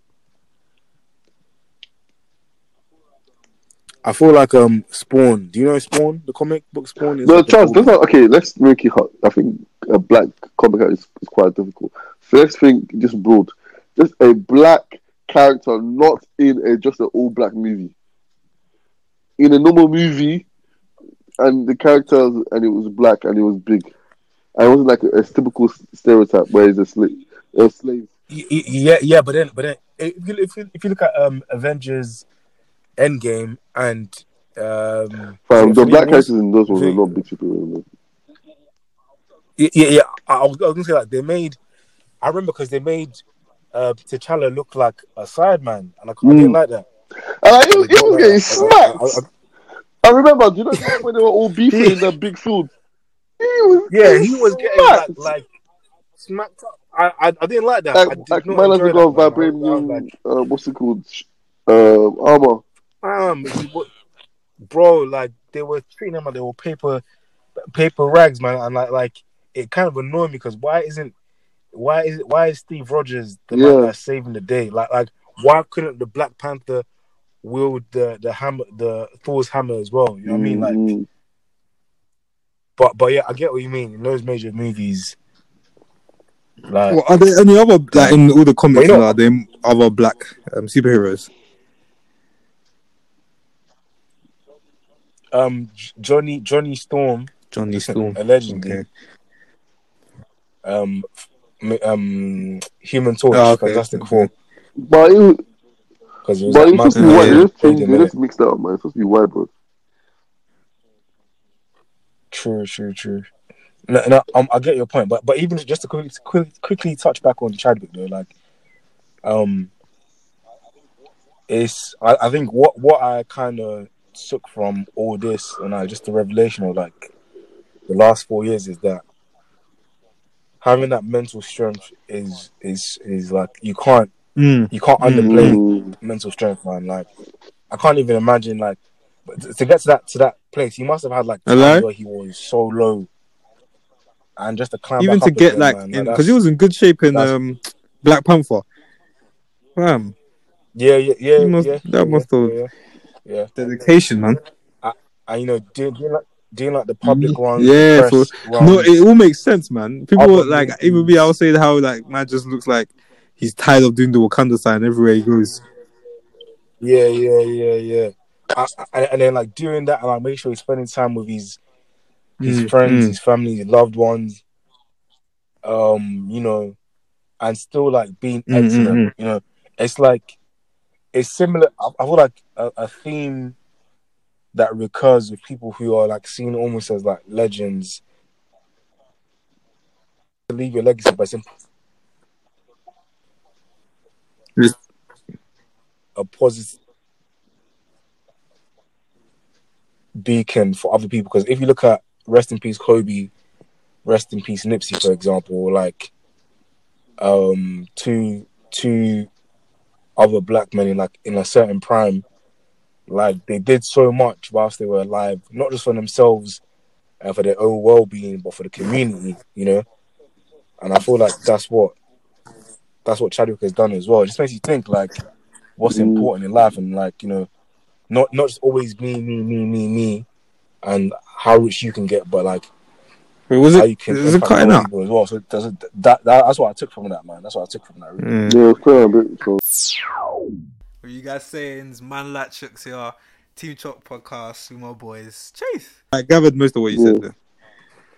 I feel like um Spawn. Do you know Spawn? The comic book Spawn is. No, like a Charles, woman. that's not okay. Let's make it hot. I think a black comic character is, is quite difficult. So let's think just broad. Just a black character, not in a just an all black movie. In a normal movie, and the characters, and it was black and it was big. And it wasn't like a, typical s- stereotype where he's a slave. A slave. Y- y- Yeah, yeah, but then, but then, if you if you, if you look at um Avengers, Endgame, and um, Fam, the Infinity black Wars, characters in those ones are Vic- not big people. Yeah, yeah, yeah. I, I was, I was gonna say like they made. I remember because they made uh T'Challa look like a sideman, and I, I didn't Mm. like that. And like, he, was- he was I- I- I- getting smacked. uh, I- I- I remember, do you know when they were all beefing in that big field? He was Yeah, he was getting like, smacked. like smacked up. I, I I didn't like that. I like, did like not man has enjoy that, got man. I was- I was vibranium. Uh, what's it called? Sh- Uh, armor. like, damn, you what- bro, like they were treating him like they were paper paper rags, man. And like like it kind of annoyed me because why isn't why is why is Steve Rogers the man Yeah. that's saving the day? Like like why couldn't the Black Panther wield the the hammer the Thor's hammer as well? You know what I mean? Like Mm, but but yeah, I get what you mean. In those major movies, like Well, are there any other like in all the comics? Well, you now, know- are there other black um, superheroes? um J- Johnny Johnny Storm Johnny Storm. allegedly Okay. um f- m- um human torch Oh, okay. fantastic four but it, because it was but like it's supposed to Master be Race. white. They just Wait a changed- They minute. just mixed that up, man. It's supposed to be white, bro. true true true no, no um, i get your point but but even just to quickly, quick, quickly touch back on chadwick though like um it's i, I think what what i kind of took from all this and i just the revelation of like the last four years is that having that mental strength is is is like you can't Mm. you can't Mm. underplay Mm, mental strength, man. Like, I can't even imagine like but to- to get to that to that place. He must have had like Hello? times where he was so low, and just to climb Even back to up get again, like man, in that's- because he was in good shape in that's- um, Black Panther. Damn, yeah, yeah, yeah, he must- yeah, that yeah, must yeah, have- yeah, yeah. dedication, man. And you know, doing, doing like doing like the public runs, Mm, Yeah, the press runs. No, it all makes sense, man. People Other like movies. even me. I'll say how like man just looks like he's tired of doing the Wakanda sign everywhere he goes. yeah, yeah, yeah, yeah. I, I, and then like doing that, and like make sure he's spending time with his his Mm, friends, mm. his family, his loved ones, um, you know, and still like being Mm, mm, excellent. mm. You know, it's like it's similar. I, I feel like a, a theme that recurs with people who are like seen almost as like legends to leave your legacy, but it's imp- Yes. a positive. beacon for other people. Because if you look at rest in peace Kobe, rest in peace Nipsey, for example, or like um two two other black men in like in a certain prime, like they did so much whilst they were alive, not just for themselves and for their own well being, but for the community, you know. And I feel like that's what that's what Chadwick has done as well. It just makes you think like what's Mm. important in life and like, you know, not not just always me, me, me, me, me and how rich you can get, but like Wait, was how it? you can Is it impact cutting other out? people as well. So that's, that, that that's what I took from that man. That's what I took from that. Really. Mm. Yeah, it's quite a bit. So. What you guys saying? It's Man Latchooks here, Team Chop Podcast, with my boys. Chase. I gathered most of what you said Yeah. there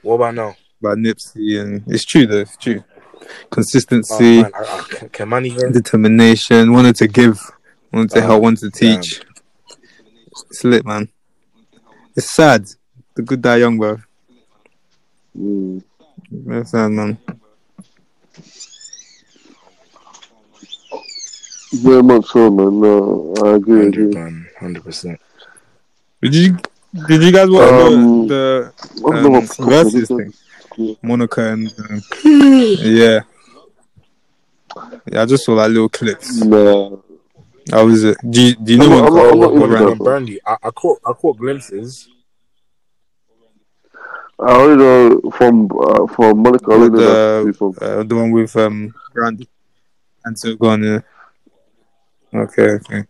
What about now? about Nipsey, and it's true though. It's true. Oh, Consistency, man, I, I, can, can man even? determination, wanted to give, wanted to Oh, help, wanted to damn. teach. It's lit, man. It's sad. The good die young, bro. Mm. That's sad, man. Very much so, man. No, I agree. I agree. Hundred percent. Did you did you guys watch Um, the, the I've never um, fucked versus with it. thing? Monica and um, yeah, yeah. I just saw that little clips. Nah. How is it? Do you, do you know I'm not- what? Oh, I'm not what even brand? that. Brandy, I, I caught I caught glimpses. I only know from uh, from Monica. I only know that she's from. the uh, the one with um Brandy and so gone. Yeah. Okay, okay.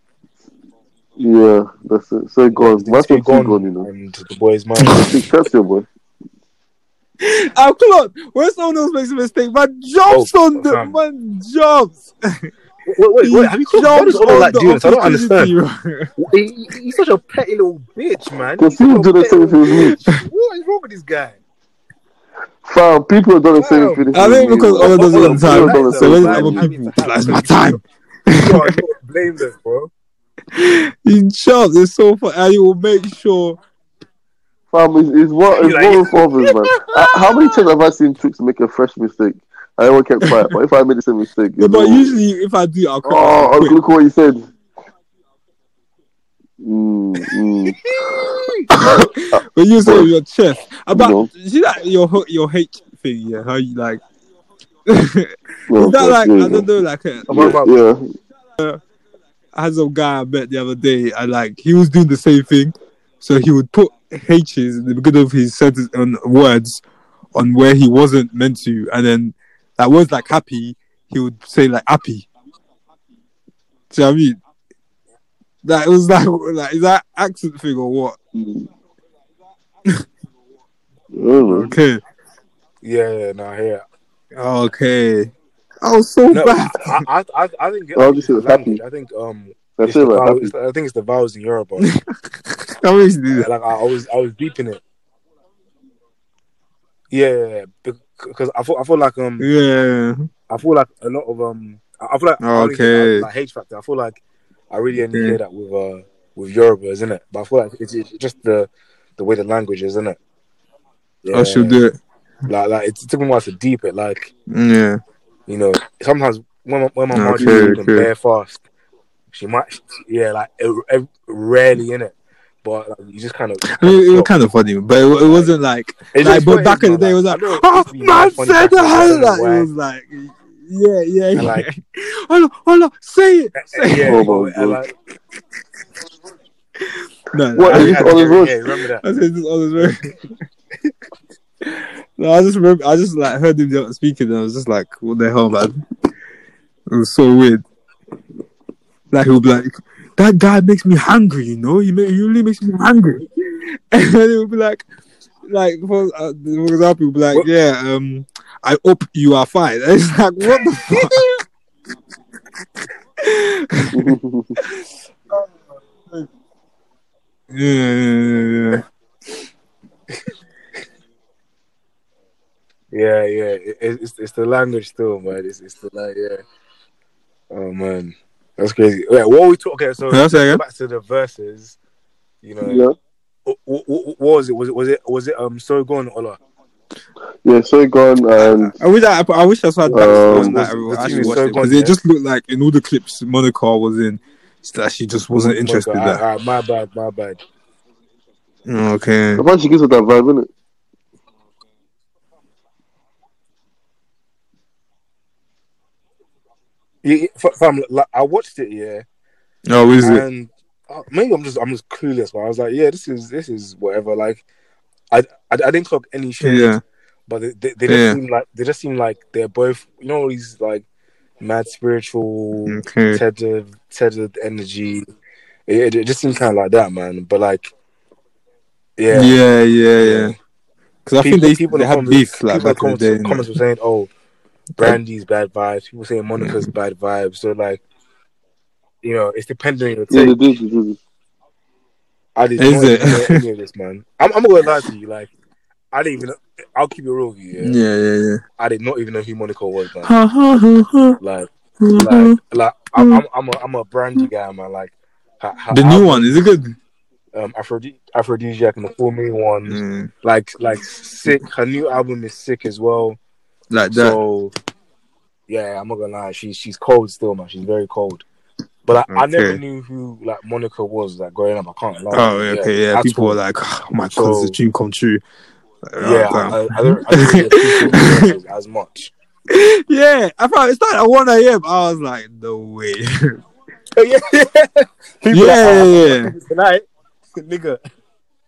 Yeah, that's it. So gone. My Two team gone. gone, you know. and the boy's man. That's your boy. I'm Claude. When someone else makes a mistake, my jumps Oh, on the fam. man jumps. wait, wait, wait. Have you caught what is all that dude? I don't understand. understand. He, he- he's such a petty little bitch, man. Because he would do the same thing with me. What is wrong with this guy? Fam, people have done the same Wow. thing with I think me. because man. Ola does it all the time. People have done the So same when thing Ola- other with me. people, that's my time. You are not blameless, bro. He jumps. It's so fun. And he will make sure. Fam, it's, it's what it's You're what with others, man. Uh, How many times have I seen tricks make a fresh mistake? I everyone kept quiet. But if I made the same mistake, you But Oh. know- usually, if I do, I'll cry. Oh, oh, look what you said. Mm, mm. But you say with your chest about No. see that your ho- your hate thing, yeah. How you like? No, Is that but like yeah, I don't know, like a, What about- yeah, I had some guy I met the other day, and like he was doing the same thing, so he would put H's in the beginning of his sentence on words on where he wasn't meant to, and then that words like happy, he would say like happy. Do you know what I mean? That it was like, like is that accent thing or what? Mm. I don't know. Okay, Yeah, yeah, no, I hear. it. okay. I was so No, bad. I, I, I, I think. Well, I'll just say it's it's happy. language. I think um, That's it's it, the man. vow- Happy. it's- I think it's the vowels in Europe. bro. That makes me do Yeah, that. like I, I was I was beeping it. Yeah, because I feel I feel like um Yeah. I feel like a lot of um I I feel like I only get Okay. that, like H factor. I feel like I really only Okay. hear that with uh with Yorubas, isn't it? But I feel like it's, it's just the the way the language is, isn't it? Yeah, I should do it. like like it took me a while to deep it. Like Yeah. you know sometimes when my, when my mom Okay, is reading okay. bare fast, she might yeah like it, it, rarely in it, but like, you just kind of I mean, it was kind of funny, but it, it wasn't like It's like, just but funny, back in the man, day, it was like, I know it oh, used to be man mad funny said back in the day, I that. don't know Like, why. it was like, yeah, yeah, yeah. And like- hold on, hold on, say it. Say it. yeah, Oh, bro, my and, God. like, No, no, What I, is we it, had- Oliver Ross? yeah, remember that? I said this all this way. No, I just remember, I just like heard him speaking, and I was just like, what the hell, man? It was so weird. Like, he'll be like, that guy makes me hungry, you know? He, ma- he really makes me hungry. And then he'll be like, like for, uh, for example, be like, What- yeah, um, I hope you are fine. And it's like, what the fuck? Yeah, yeah, yeah, yeah. Yeah, yeah. It, it's it's the language still, man. It's it's the like yeah. Oh man, that's crazy. Yeah, what we talk? Okay, so Can I say again? back to the verses. You know, yeah, what, what, was it? Was it was it was it um so gone Ola? yeah. So gone and I wish I, I wish I saw that Um, was that Oh, the I actually team is watched so it because gone, it just looked like in all the clips Oh uh, Monica was in, that she just wasn't interested Monica, there. ah, ah, my bad, my bad. Okay. A bunch of gives with that vibe, innit? Yeah, yeah, fa- fam, like, I watched it, yeah, Oh, is it? and uh, maybe I'm just I'm just clueless, but I was like, yeah, this is this is whatever. Like, I I, I didn't talk any shit, Yeah. but they they, they just Yeah. seem like they just seem like they're both you know all these like mad spiritual Okay. tethered tethered energy. It, it just seems kind of like that, man. But like, Yeah, yeah, yeah, yeah. Because I People- think they, people they in had comments- beef like people back in in the comments, day. innit? comments were saying, "Oh, Brandy's bad vibes." People saying Monica's Mm. bad vibes. So like, you know, it's depending on your Yeah, take. they do. They do. I did Is not it? enjoy any of this, man. I'm, I'm gonna lie to you. Like, I didn't even. I'll keep it real with you. Yeah? Yeah, yeah, yeah. I did not even know who Monica was, man. Ha, ha, ha, ha, Like, ha, ha. like, like I'm, I'm, I'm a, I'm a Brandy guy, man. Like, her, her Mm-hmm. The album, new one is it good? um, Aphrodisiac, Aphrodisiac, and the Full Moon one. Mm, Like, like sick. Her new album is sick as well. like that. So, uh, yeah, I'm not gonna lie. She's she's cold still, man. She's very cold. But like, I never Okay. knew who like Monica was like growing up. I can't lie. oh, okay, yeah. at People all. were like, oh, "My So- God, it's a dream come true." Like, oh, Yeah, damn. I, I, I don't, I don't really appreciate Monica as much. yeah. I thought it started at one a.m. I was like, "No way." Oh, yeah, yeah, yeah. tonight, nigga.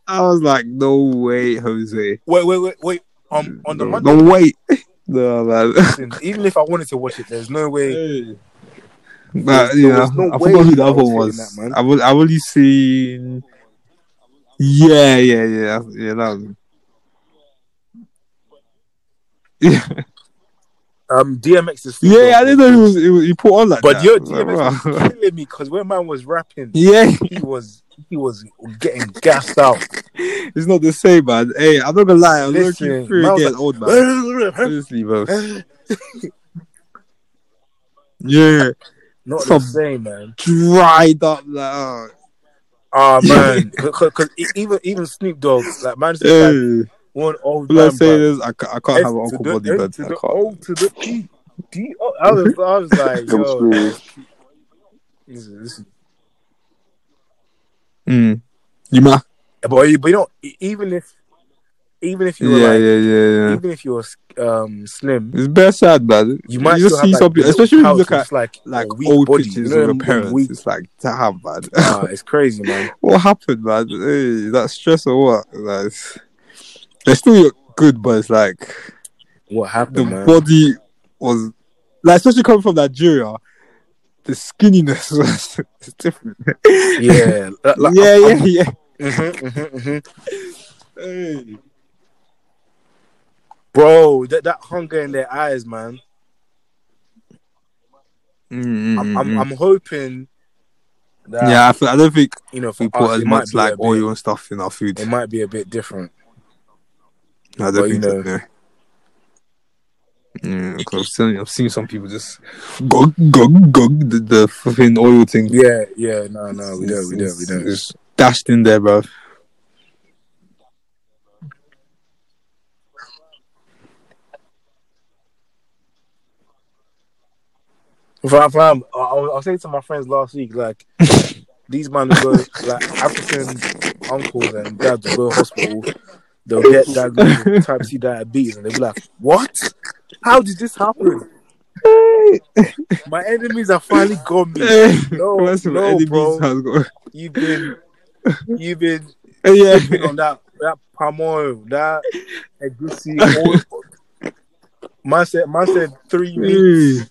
I was like, "No way, Jose." Wait, wait, wait, wait. Um, on the no, Monday, no wait. no man. listen, even if I wanted to watch it, there's no way. But There you know, was no I way forgot who the I other was one was. hitting that, man. I will. I only seen. Yeah, yeah, yeah, yeah. That was... Yeah, Um, DMX is yeah, I didn't know he was. He, was- he put on like But that. yo, I was like, DMX "Wow." was killing me because when man was rapping, yeah, he was he was getting gassed out. it's not the same, man. Hey, I'm not gonna lie. I'm Listen, looking man, pretty I was "Oh, getting old, man. Seriously, bro. Yeah, Not Some- the same, man. dried up. Like, oh. Ah, man, because e, even even Snoop Dogg, like man, said, like, hey, one old will I man. say bruv. this? I, ca- I can't F have an to uncle the body, N but to I the can't. O to the E, D, O. I was, I was like, I'm yo, screaming. this is- this is- Mm. You ma? but you, but you know, e- even if, even if you were Yeah, like, yeah, yeah, yeah. even if you were um slim, It's very sad, man. you might just still see have, some people, like, especially when you look at like like a weak old body, pictures you know, of your them parents. Weak, It's like, damn, man. Ah, it's crazy, man. what happened, man? Hey, is that stress or what? Like, it's- they still look good, but it's like What the happened, man? body was like, especially coming from Nigeria, the skinniness was it's different. Yeah, like, like, yeah, yeah, yeah. mhm, mhm, mhm. Hey. bro, that that hunger in their eyes, man. I'm, I'm, I'm hoping that Mm-hmm. yeah, I, feel, I don't think you know, for we put us, as it might much be a like bit- oil and stuff in our food. It might be a bit different. I Well, don't you think so. No. Yeah, 'cause I've seen, I've seen some people just gog gog gog the, the fucking oil thing. Yeah, yeah, no, no, we don't, we don't, It's- we don't. It's dashed in there, bro. Fam, fam, I, I was I was saying to my friends last week, like, these man will go, like, African uncles and dads will go to hospital, they'll get diagnosed with type 2 diabetes, and they'll be like, what? How did this happen? My enemies have finally got me. No, That's what no, enemies bro. has got. You've been, you've been Yeah, been on that that palm oil, that egusi. all- Man said, man said three Mm. meats,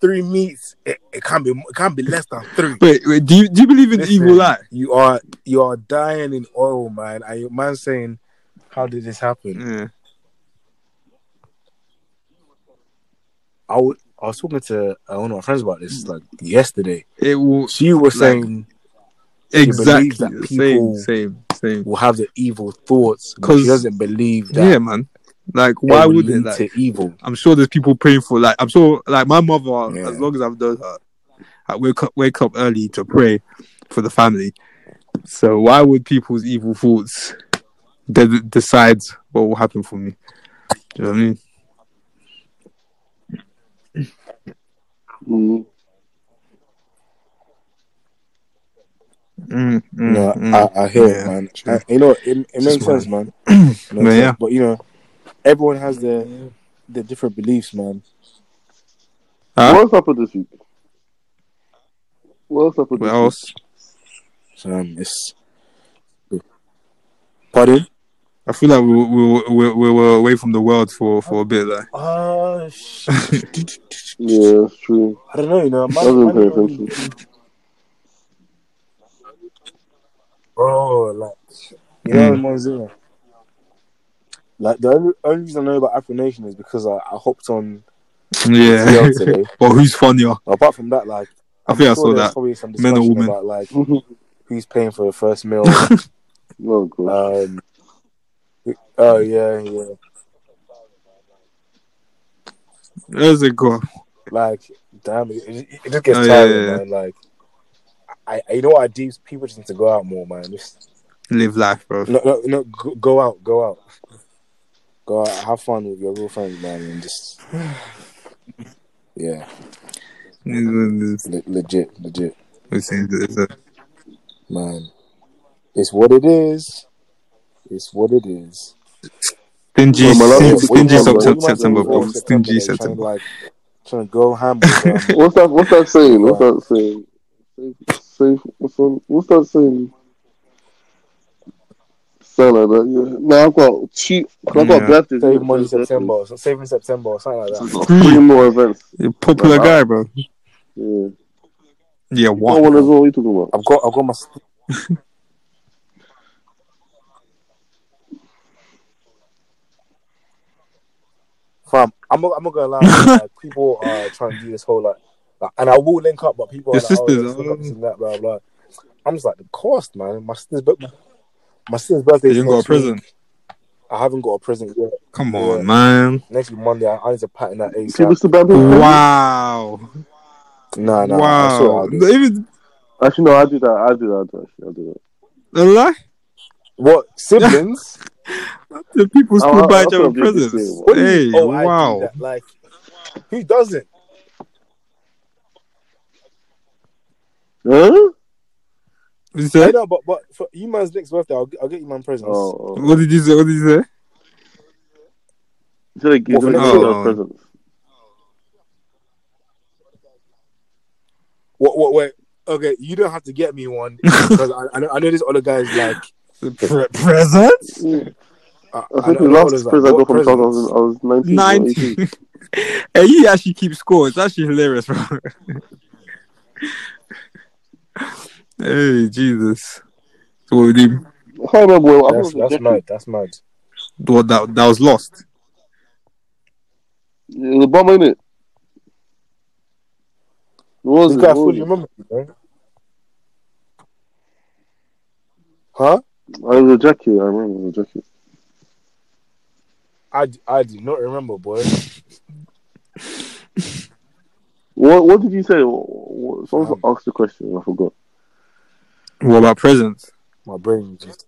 three meats. It, it can't be, it can't be less than three. Wait, wait. Do you do you believe in Listen, evil eye? You are, you are dying in oil, man. And your man saying, "How did this happen?" Yeah. I was, I was talking to uh, one of my friends about this like yesterday. It will She was Like- saying exactly believes that same, people- same, same. we'll have the evil thoughts because 'Cause- she doesn't believe that. Yeah, man. Like, it why will would it? lead Like, to evil? I'm sure there's people praying for like I'm sure like my mother Yeah. as long as I've known her I wake up wake up early to pray for the family. So why would people's evil thoughts de- decide what will happen for me? Do you know what I mean? Mm. Mm, no, I, I hear it, man. true. I- you know, it, it Just makes mine. sense, man. It makes But yeah. sense. but you know, everyone has their their different beliefs, man. Huh? What's up with this week? What's up with What this else? So, um, it's pardon. I feel like we we we, we were away from the world for, for a bit. Like, Oh shit! week? Yeah, that's true. I don't know. You know, I man, wasn't paying man, man, attention. bro, like you know, Mm. what I'm saying? Like the only, only reason I know about Afro Nation is because I, I hopped on yeah. TL today. But who's funnier? Apart from that, like I think I I'm sure saw there's that. Probably some Men or discussion women? about like who's paying for the first meal. oh, God. Um, oh yeah, yeah. There's a go. Like, damn, it, it it just gets Oh, yeah, tiring, yeah, man. Like, I, I you know what? I do. People just need to go out more, man. Just Live life, bro. no, no, no. Go, go out, go out, go out. Have fun with your real friends, man, and just yeah, It's- le- legit, legit, it's- it's a- man. It's what it is. It's what it is. Stingy, Well, my love stingy, is what stingy you want, bro. Sept- What What am I doing September, bro. for September, Stingy though? Trying to September. like, trying to go ham. with, um, What's that? What's that saying? What's that saying? Say, say, what's, on, what's that saying? Something like that. Yeah. Now I've got cheap. Cause I've got Yeah. birthdays. Save in money September. September, or so- saving September, or something like I've that. got three more events. You're a popular Wow. uh, guy, bro. Yeah. Yeah, one. What one as well? What are you talking about? I've got, I've got my. Fam, I'm not, I'm not gonna lie. Like, people are trying to do this whole like, like, and I will link up, but people are Your like, oh, sisters, let's link up, um, this and that, blah blah. I'm just like the cost, man. My sister's birthday, my sister's birthday. You is didn't go to next week. prison. I haven't got a present yet. Come Yeah. on, man. Next week Monday, I, I need to pattern that People ASAP. still bad Wow. Nah, nah. I swear Wow. I'll do it. Even Actually, no, I do that. I do that. Actually, I do the lie? What siblings? The people Oh, I- still buy each I other thought you did presents. the What do you Hey, mean, oh, I do wow. that? Like, who doesn't? that. Huh? You I said? know, but but for you man's next birthday, I'll, I'll get you man presents. Oh, oh. What did you say? What did you say? You said I give What, for them next year? oh. presents. What what wait? Okay, you don't have to get me one because I, I, know, I know this other guy's like. Pre- presents? Mm. I, I I think know the last Ola's like, present I got what from Charles, I was, presents? I was 19. or 90. 18. Hey, you actually keep score. It's actually hilarious, bro. hey, Jesus. So what we do? I can't remember. Where, I That's, was that's mad. That's mad. What that that was lost. It was a bummer, innit? It was. This it guy was. fully remember you, man. Huh? I was a jacket. I remember it was a jacket. I, d- I do not remember, boy. What What did you say? What, what, Um, someone asked the question. and I forgot. What about presents? My brain just.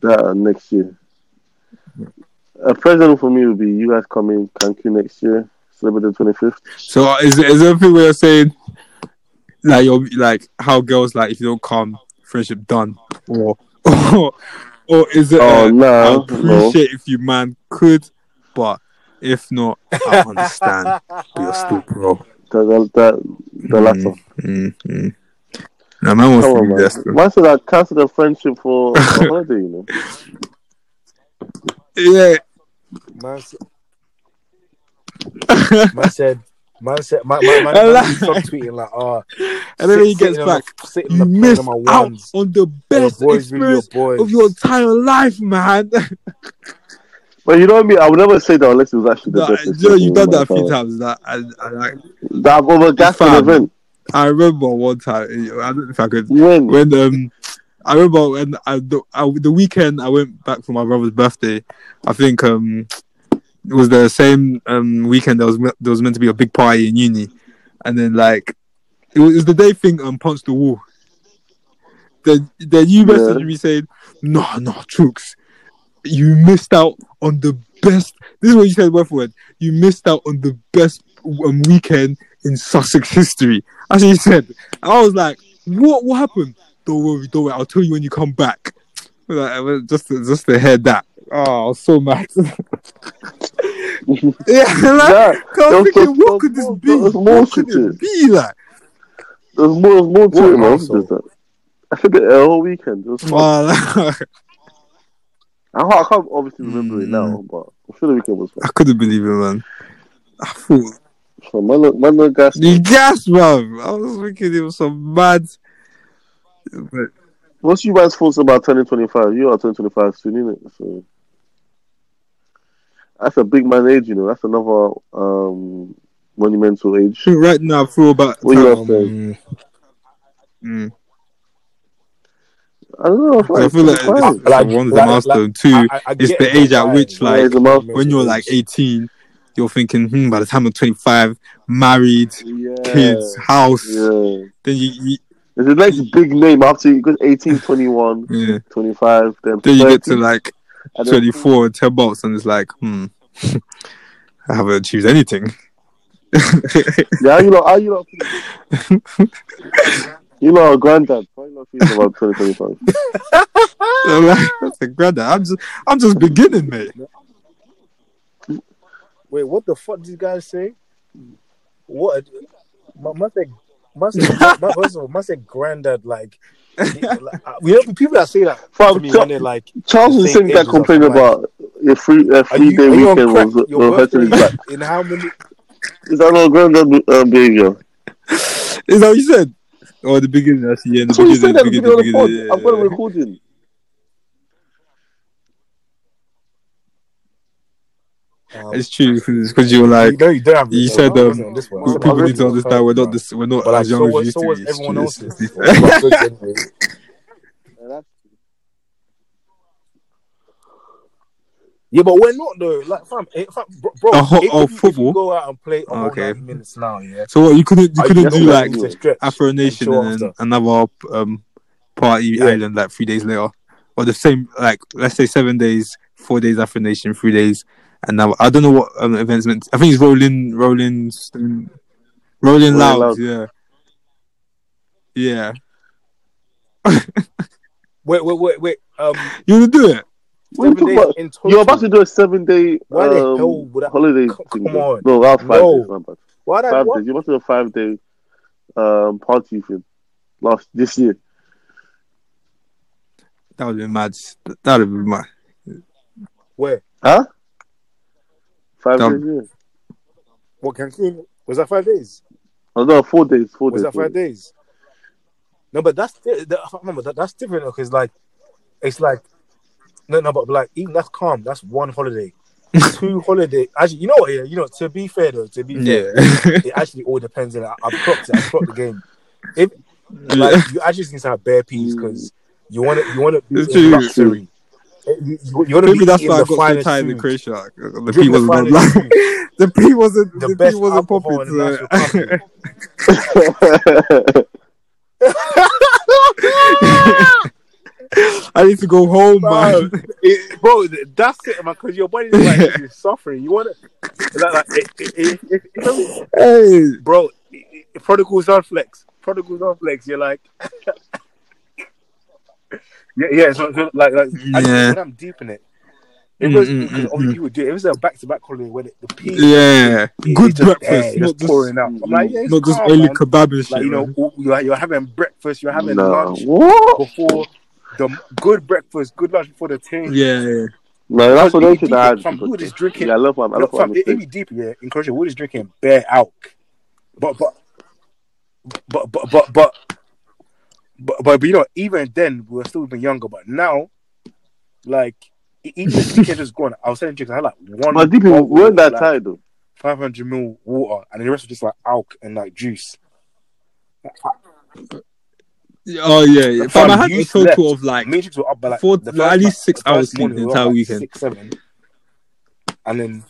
That uh, next year. A present for me would be you guys coming Cancun next year, celebrate the twenty fifth. So uh, is is everything we're saying like you're like how girls like if you don't come, friendship done. Or or, or is it Oh uh, I no, no. appreciate if you man could, but if not, I understand. but you're still bro. That, that, that, the last Mm, one. mm, mm. Nah, man wants Come to on, do man. this. bro. Why should I cancel the friendship for a holiday? You know, Yeah. Man, s- man said. Man said. Man, man, man, I man, like- stop tweeting like, oh. And then sit- he gets sitting on back. the- sitting You on the plane missed on my out ones. on the best Your boys, really, your experience boys. of your entire life, man. but you know what I mean. I would never say that unless it was actually the Nah, best. Joe, you've experience of done that a my few life. times. That and, and like, That I've overgassed Fam. an event. I remember one time. I don't know if I could. When? When um, I remember when I the, I, the weekend I went back for my brother's birthday. I think um, it was the same um weekend there was me- there was meant to be a big party in uni, and then like it was, it was the day thing um punched the wall. Then then you Yeah. messaged me saying, "No, no, Trooks, you missed out on the best." This is what you said word for word. You missed out on the best um, weekend in Sussex history. As you said, I was like, What what happened? Don't worry, don't worry. I'll tell you when you come back. Like, I was- just to, just to hear that. Oh, I was so mad. yeah, like, That- I was was thinking, so- what could this that be? was What could bullshit. it be like? There's more, there's more to What it, man. also? There's that. I said it all weekend. It was fun. Wow, I can't, I can't obviously remember Mm. it now, but I'm sure the weekend was fun. I couldn't believe it, man. I thought So my little, my little guy, you gas, man. I was thinking it was some mad. But what's you guys' thoughts about turning 25? You are turning 25 soon, innit? So that's a big man age, you know. That's another um, monumental age. right now, I feel about. What you guys think? Um, Mm. I don't know. I feel I like, feel like fine. it's like one of the milestone. Two, it's get the that age at vibe. which, Yeah, like, it's the milestone when you're like age. 18, you're thinking, hmm, by the time I'm 25, married, yeah. kids, house, Yeah. then you, you It's the next big name after you go 18, 21, yeah. 25, then, then you get to 30, like and then- 24 and 10 bucks, and it's like, hmm, I haven't achieved anything. Yeah, how you know, how you know, you know, granddad. How you know, feeling about 2025? So, like, Ah. that's a granddad. I'm just, I'm just beginning, mate. Wait, what the fuck did you guys say? What? My, my thing. My, my, my, first of all, my said granddad, like, like uh, you know, people that say that Oh, to Fam, me Ch- when they're like, Charles the was same saying that ages are complained fine. about a free, a are free you, day are you on weekend crack? was, Your was hurting his birthday back. is in how many? Is that not granddad uh, behavior? Is that what you said? Or the beginning, actually, yeah, the That's what you beginning, said at the the beginning, beginning of the pod. beginning, I've got a yeah. recording. Um, It's true because you were like, you, don't, you don't have you this said, one. um, It wasn't on this one. Well, people I've need to Sorry. understand we're not this, we're not But like, as young so as was, you so two. was It's everyone true, else's. it's- This it's- one. So generally, Yeah, that's- Yeah, but we're not though. Like, fam, eh, fam bro, bro A whole- if oh, you- if you football? go out and play a whole Okay. 90 minutes now, yeah. So what, you couldn't, you Are couldn't guess do that's like what to stretch Afro Nation show and then after. another um, party Yeah. island like three days later, or the same like let's say seven days, four days Afro Nation, three days, and now I don't know what um, events meant. I think it's Rolling Rolling Stone- Rolling Rolling Loud, Loud. yeah, yeah. Wait, wait, wait, wait. Um, You wanna do it? What are you seven talking days about? in total. You're about to do a seven day Why the hell um, would I- holiday C- thing. come though. on. No, that was five No. days. My bad. Why Five that? What? days. You must do a five day um, party thing last this year. That would be mad. That would be mad. Where? Huh? Five Dumb. days, yeah. What Cancun? Was that five days? Oh, no, four days. Four Was days. that four five days? No, but that's di- that, I remember that, that's different because like, it's like, no, no, but like even that's calm. That's one holiday. Two holiday. Actually, you know what? Yeah, you know. To be fair though, to be fair, Yeah, it actually all depends. And I, I clocked it. I clocked the game. yeah. Like you actually just need to have bare peas because you want to you want to be It's in true. luxury. Eh, You, want to Maybe be that's in why I the got so finest tired in food, Croatia. like, The P drinking wasn't the online. finest food, The P wasn't. The, the P best wasn't alcohol popping. in the So. national country. days. I need to go home, bro, man. it, bro, th- that's it, man. Because your body's like you're suffering. You want to, like, like it, it, it, it, it- Hey, bro. It, it, prodigals on flex. Prodigals on flex. You're like, yeah, yeah. So, so, like, like I just- Yeah. when I'm deep in it, it was Mm, mm, because mm, obviously people do it. It was a back-to-back holiday when it, the peas, yeah, it- good it's just breakfast, there, not just just pouring out. I'm like, yeah, it's not just calm, only man. kebab and shit. Like you know, man. all- you're, you're having breakfast, you're having no. lunch What? before the good breakfast, good lunch before the thing. yeah, yeah. No, that's what Because they if you should add. think, fam, who is drinking- Yeah, I love one. I Look, love fam, one. it, it be deep, yeah. In Croatia, we're just drinking bare alk, but but but but but but but, but, but you know, even then we were still even younger. But now, like e- even this weekend just gone, I was selling drinks. I had like one. But deep, in- bottle we're of, that like, tired though. 500 ml water, and the rest was just like alk and like juice. Oh yeah, yeah. Fam, Fam, I had you a total slept. of like Me and Chicks were up by like four, the like, at least six the first hours sleep morning, the we were entire up, like, weekend. six seven, and then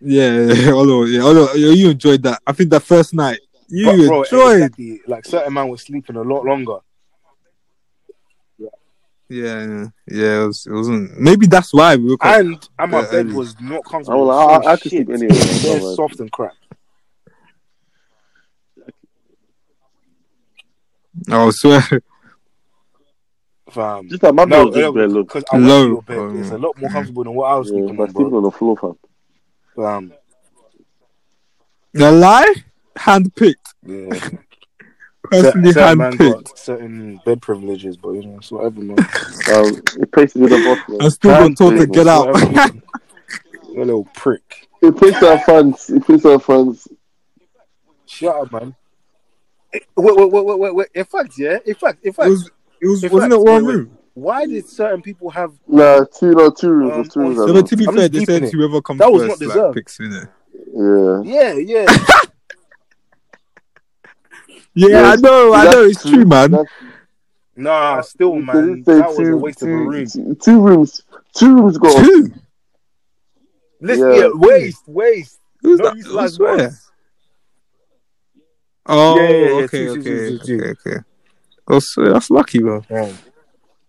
yeah, yeah, yeah. although yeah, although yeah, you enjoyed that. I think that first night you but, bro, enjoyed. exactly, like certain man was sleeping a lot longer. Yeah, yeah, yeah. It, was, it wasn't. Maybe that's why we were. Quite, And and my Yeah, bed early. was not I comfortable. will- It was I- I- I so could sleep shit. anyway, It was no bare worries. soft and crap. I swear. Fam. Just like my No, bro just bare low. because I went Low. Mm. to your bed. It's a lot more comfortable than what I was Yeah, sleeping my on, sleeping bro. on the floor, fam. Fam. The lie? Handpicked. Yeah. Personally certain man handpicked. got certain bed privileges, but you know, it's whatever, man. Um, it placed it in the bottom. I still got told to Handpicked. get out. Whatever. you little prick. It placed our funds. It placed our funds. Shut up, man. Eh, Wait, wait, wait, wait, wait, wait. In fact, yeah. In fact, in It fact, was, it was, In wasn't fact, it one wait, wait. room? why did certain people have? Nah, two, no, two rooms. Um, there's two rooms. on- Yeah, I but to be I'm fair, just they deeping said it. whoever comes That was first not like, deserved. picks in it. know. yeah. Yeah, yeah. Yeah, Yes. I know, I That's know, it's true, man. That's- nah, still, you man. couldn't say That was a waste of a two- room. two- two rooms. Two rooms got Two. Listen, Yeah. yeah, waste, waste. Who's No that? use I like swear. once. Oh, Yeah, yeah, yeah, okay, two, two, okay, two, two, two. okay, okay. Oh, swear, that's lucky, bro. Yeah, yeah,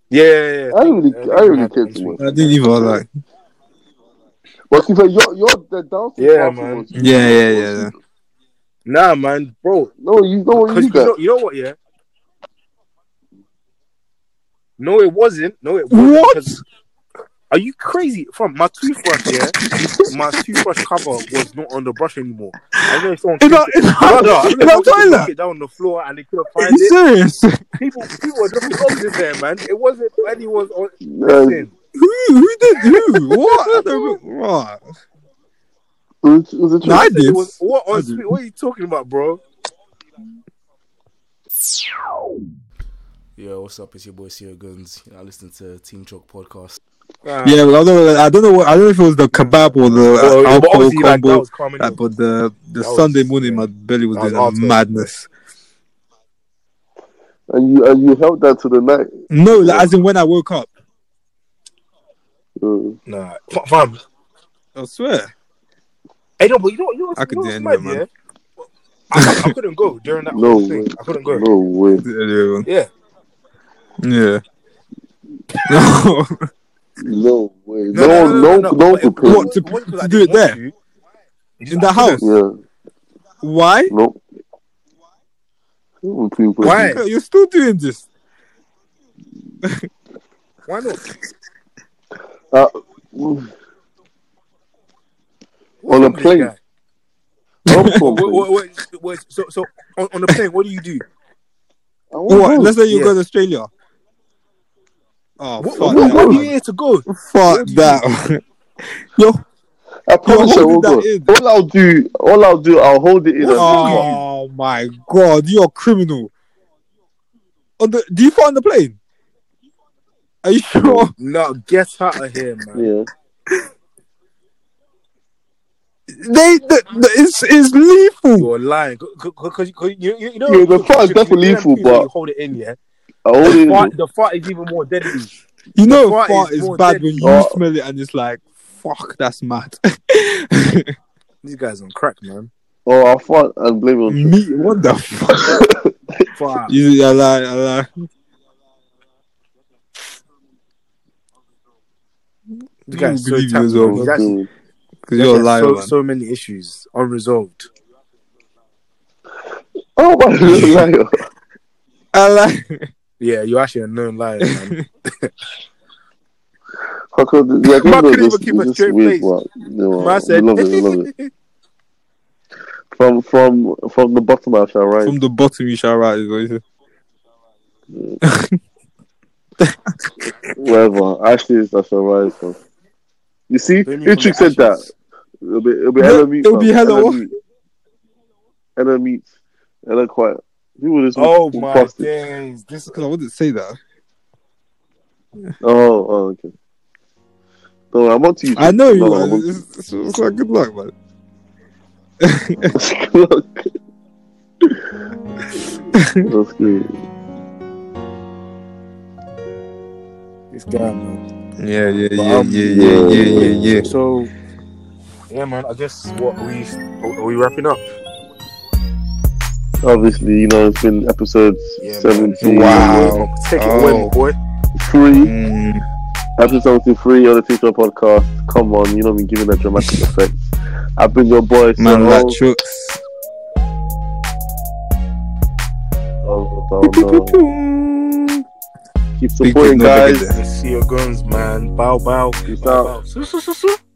yeah. I don't really, I don't really care too much. I didn't even like. But to be fair, your, your, the downstairs Yeah, bathroom man. was- Yeah, yeah, yeah, yeah. Nah, man, bro. No, you know what Because you you know, got. you know what, yeah. No, it wasn't. No, it wasn't. What? 'cause- Are you crazy? From my toothbrush, yeah, my toothbrush cover was not on the brush anymore. I know if someone In our, kicked it- in No, our, no, I in know our someone kicked toilet? it down on the floor and they couldn't Are find you it. serious? People, people were just dogs in there, man. It wasn't anyone's. On... Uh, Listen, Who? Who did who? What? I don't know. Right. it was, it was a No, I choice. did. It was what I on did. street? What are you talking about, bro? Yo, what's up? It's your boy Sierra Guns. I listen to Team Chalk podcast. Nah. Yeah, but I don't know. I don't know. What, I don't know if it was the kebab or the uh, Well, but alcohol obviously, like, combo. that was common. like, but the the That was- Sunday morning, my belly was That was doing hard to- madness. And you, and you held that to the night. No, like, as in when I woke up, Uh, Nah, F- fam. I swear. Hey, no, but you know, you know, I could you know do any what's of mad, it, man. yeah? I, I couldn't go during that No whole thing. way. I couldn't go. no way. Yeah. Yeah, Yeah. No. No way. No, No, no, no, no, no, but it- prepared. What, to- it wasn't 'cause I to do it didn't want there? to. It's in just I the couldn't. house. Yeah, Why? no. No people- Why? You're still doing this. Why not? Uh, On a English plane. guy. I'm from- Wait, wait, wait, wait, so, so on, on the plane, what do you do? I What? won't go. Let's say you Yeah. go to Australia. Oh, What, fuck what, that. what, no. do you need to go? Fuck what do you that. Yo, I promise I holding won't go. that in. All I'll do, all I'll do, I'll hold it in. What's and- wrong with oh my god, you're a criminal. On the, do you fart on the plane? Are you sure? No, get out of here, man. Yeah. They, the, the, it's, it's lethal. You're lying. Because you, you, you know, Yeah, the fart is you know definitely them lethal, things that but- You hold it in, yeah? I hold The it in. fart, the fart is even more deadly. You know, fart fart, is is, more bad deadly. when you Oh. smell it and it's like, fuck, that's mad. These guys on crack, man. Oh, I'll fart and blame it on Me, what the fuck? Fart. You, you lie, you lie. These guys so believe you as talented. well. I'll These guys- blame it. Because you're a these guys liar, so, man. so many issues unresolved. Oh my liar. I like. Yeah, you're actually a known liar, man. How come the- the Man agenda couldn't is even keep a just straight weird, face. man. No, Man said, love it, love it. From from from the bottom, I shall rise. From the bottom, you shall rise. is what you say. Wherever ashes, I shall rise. From. You see, Blame me for Utrick my said that. actions. It'll be it'll be uh, No, hella meat. it'll be fam. hella what? meat. Hella meat. Hella quiet. People just oh, walk my past it. days. This Because I wouldn't say that. Oh, oh, okay. No, I'm on to you. I know you. No, man. I'm on to It's, it's, it's like good luck, man. That's good. This guy, man. Yeah, yeah, But, um, yeah, yeah. So, yeah, man. I guess what we are we wrapping up? Obviously, you know it's been episode Yeah, seventeen. Wow. Take it Oh. away, my boy. Three. Mm. Episode seventeen three on the Teacher Podcast. Come on, you know me giving that dramatic effect. I've been your boy, Man, Sarah. that chooks. Oh, no, no. Keep Big supporting, Dick never guys. did that. See your guns, man. Bow, bow. Peace Bow, out. bow. Su- su- su- su.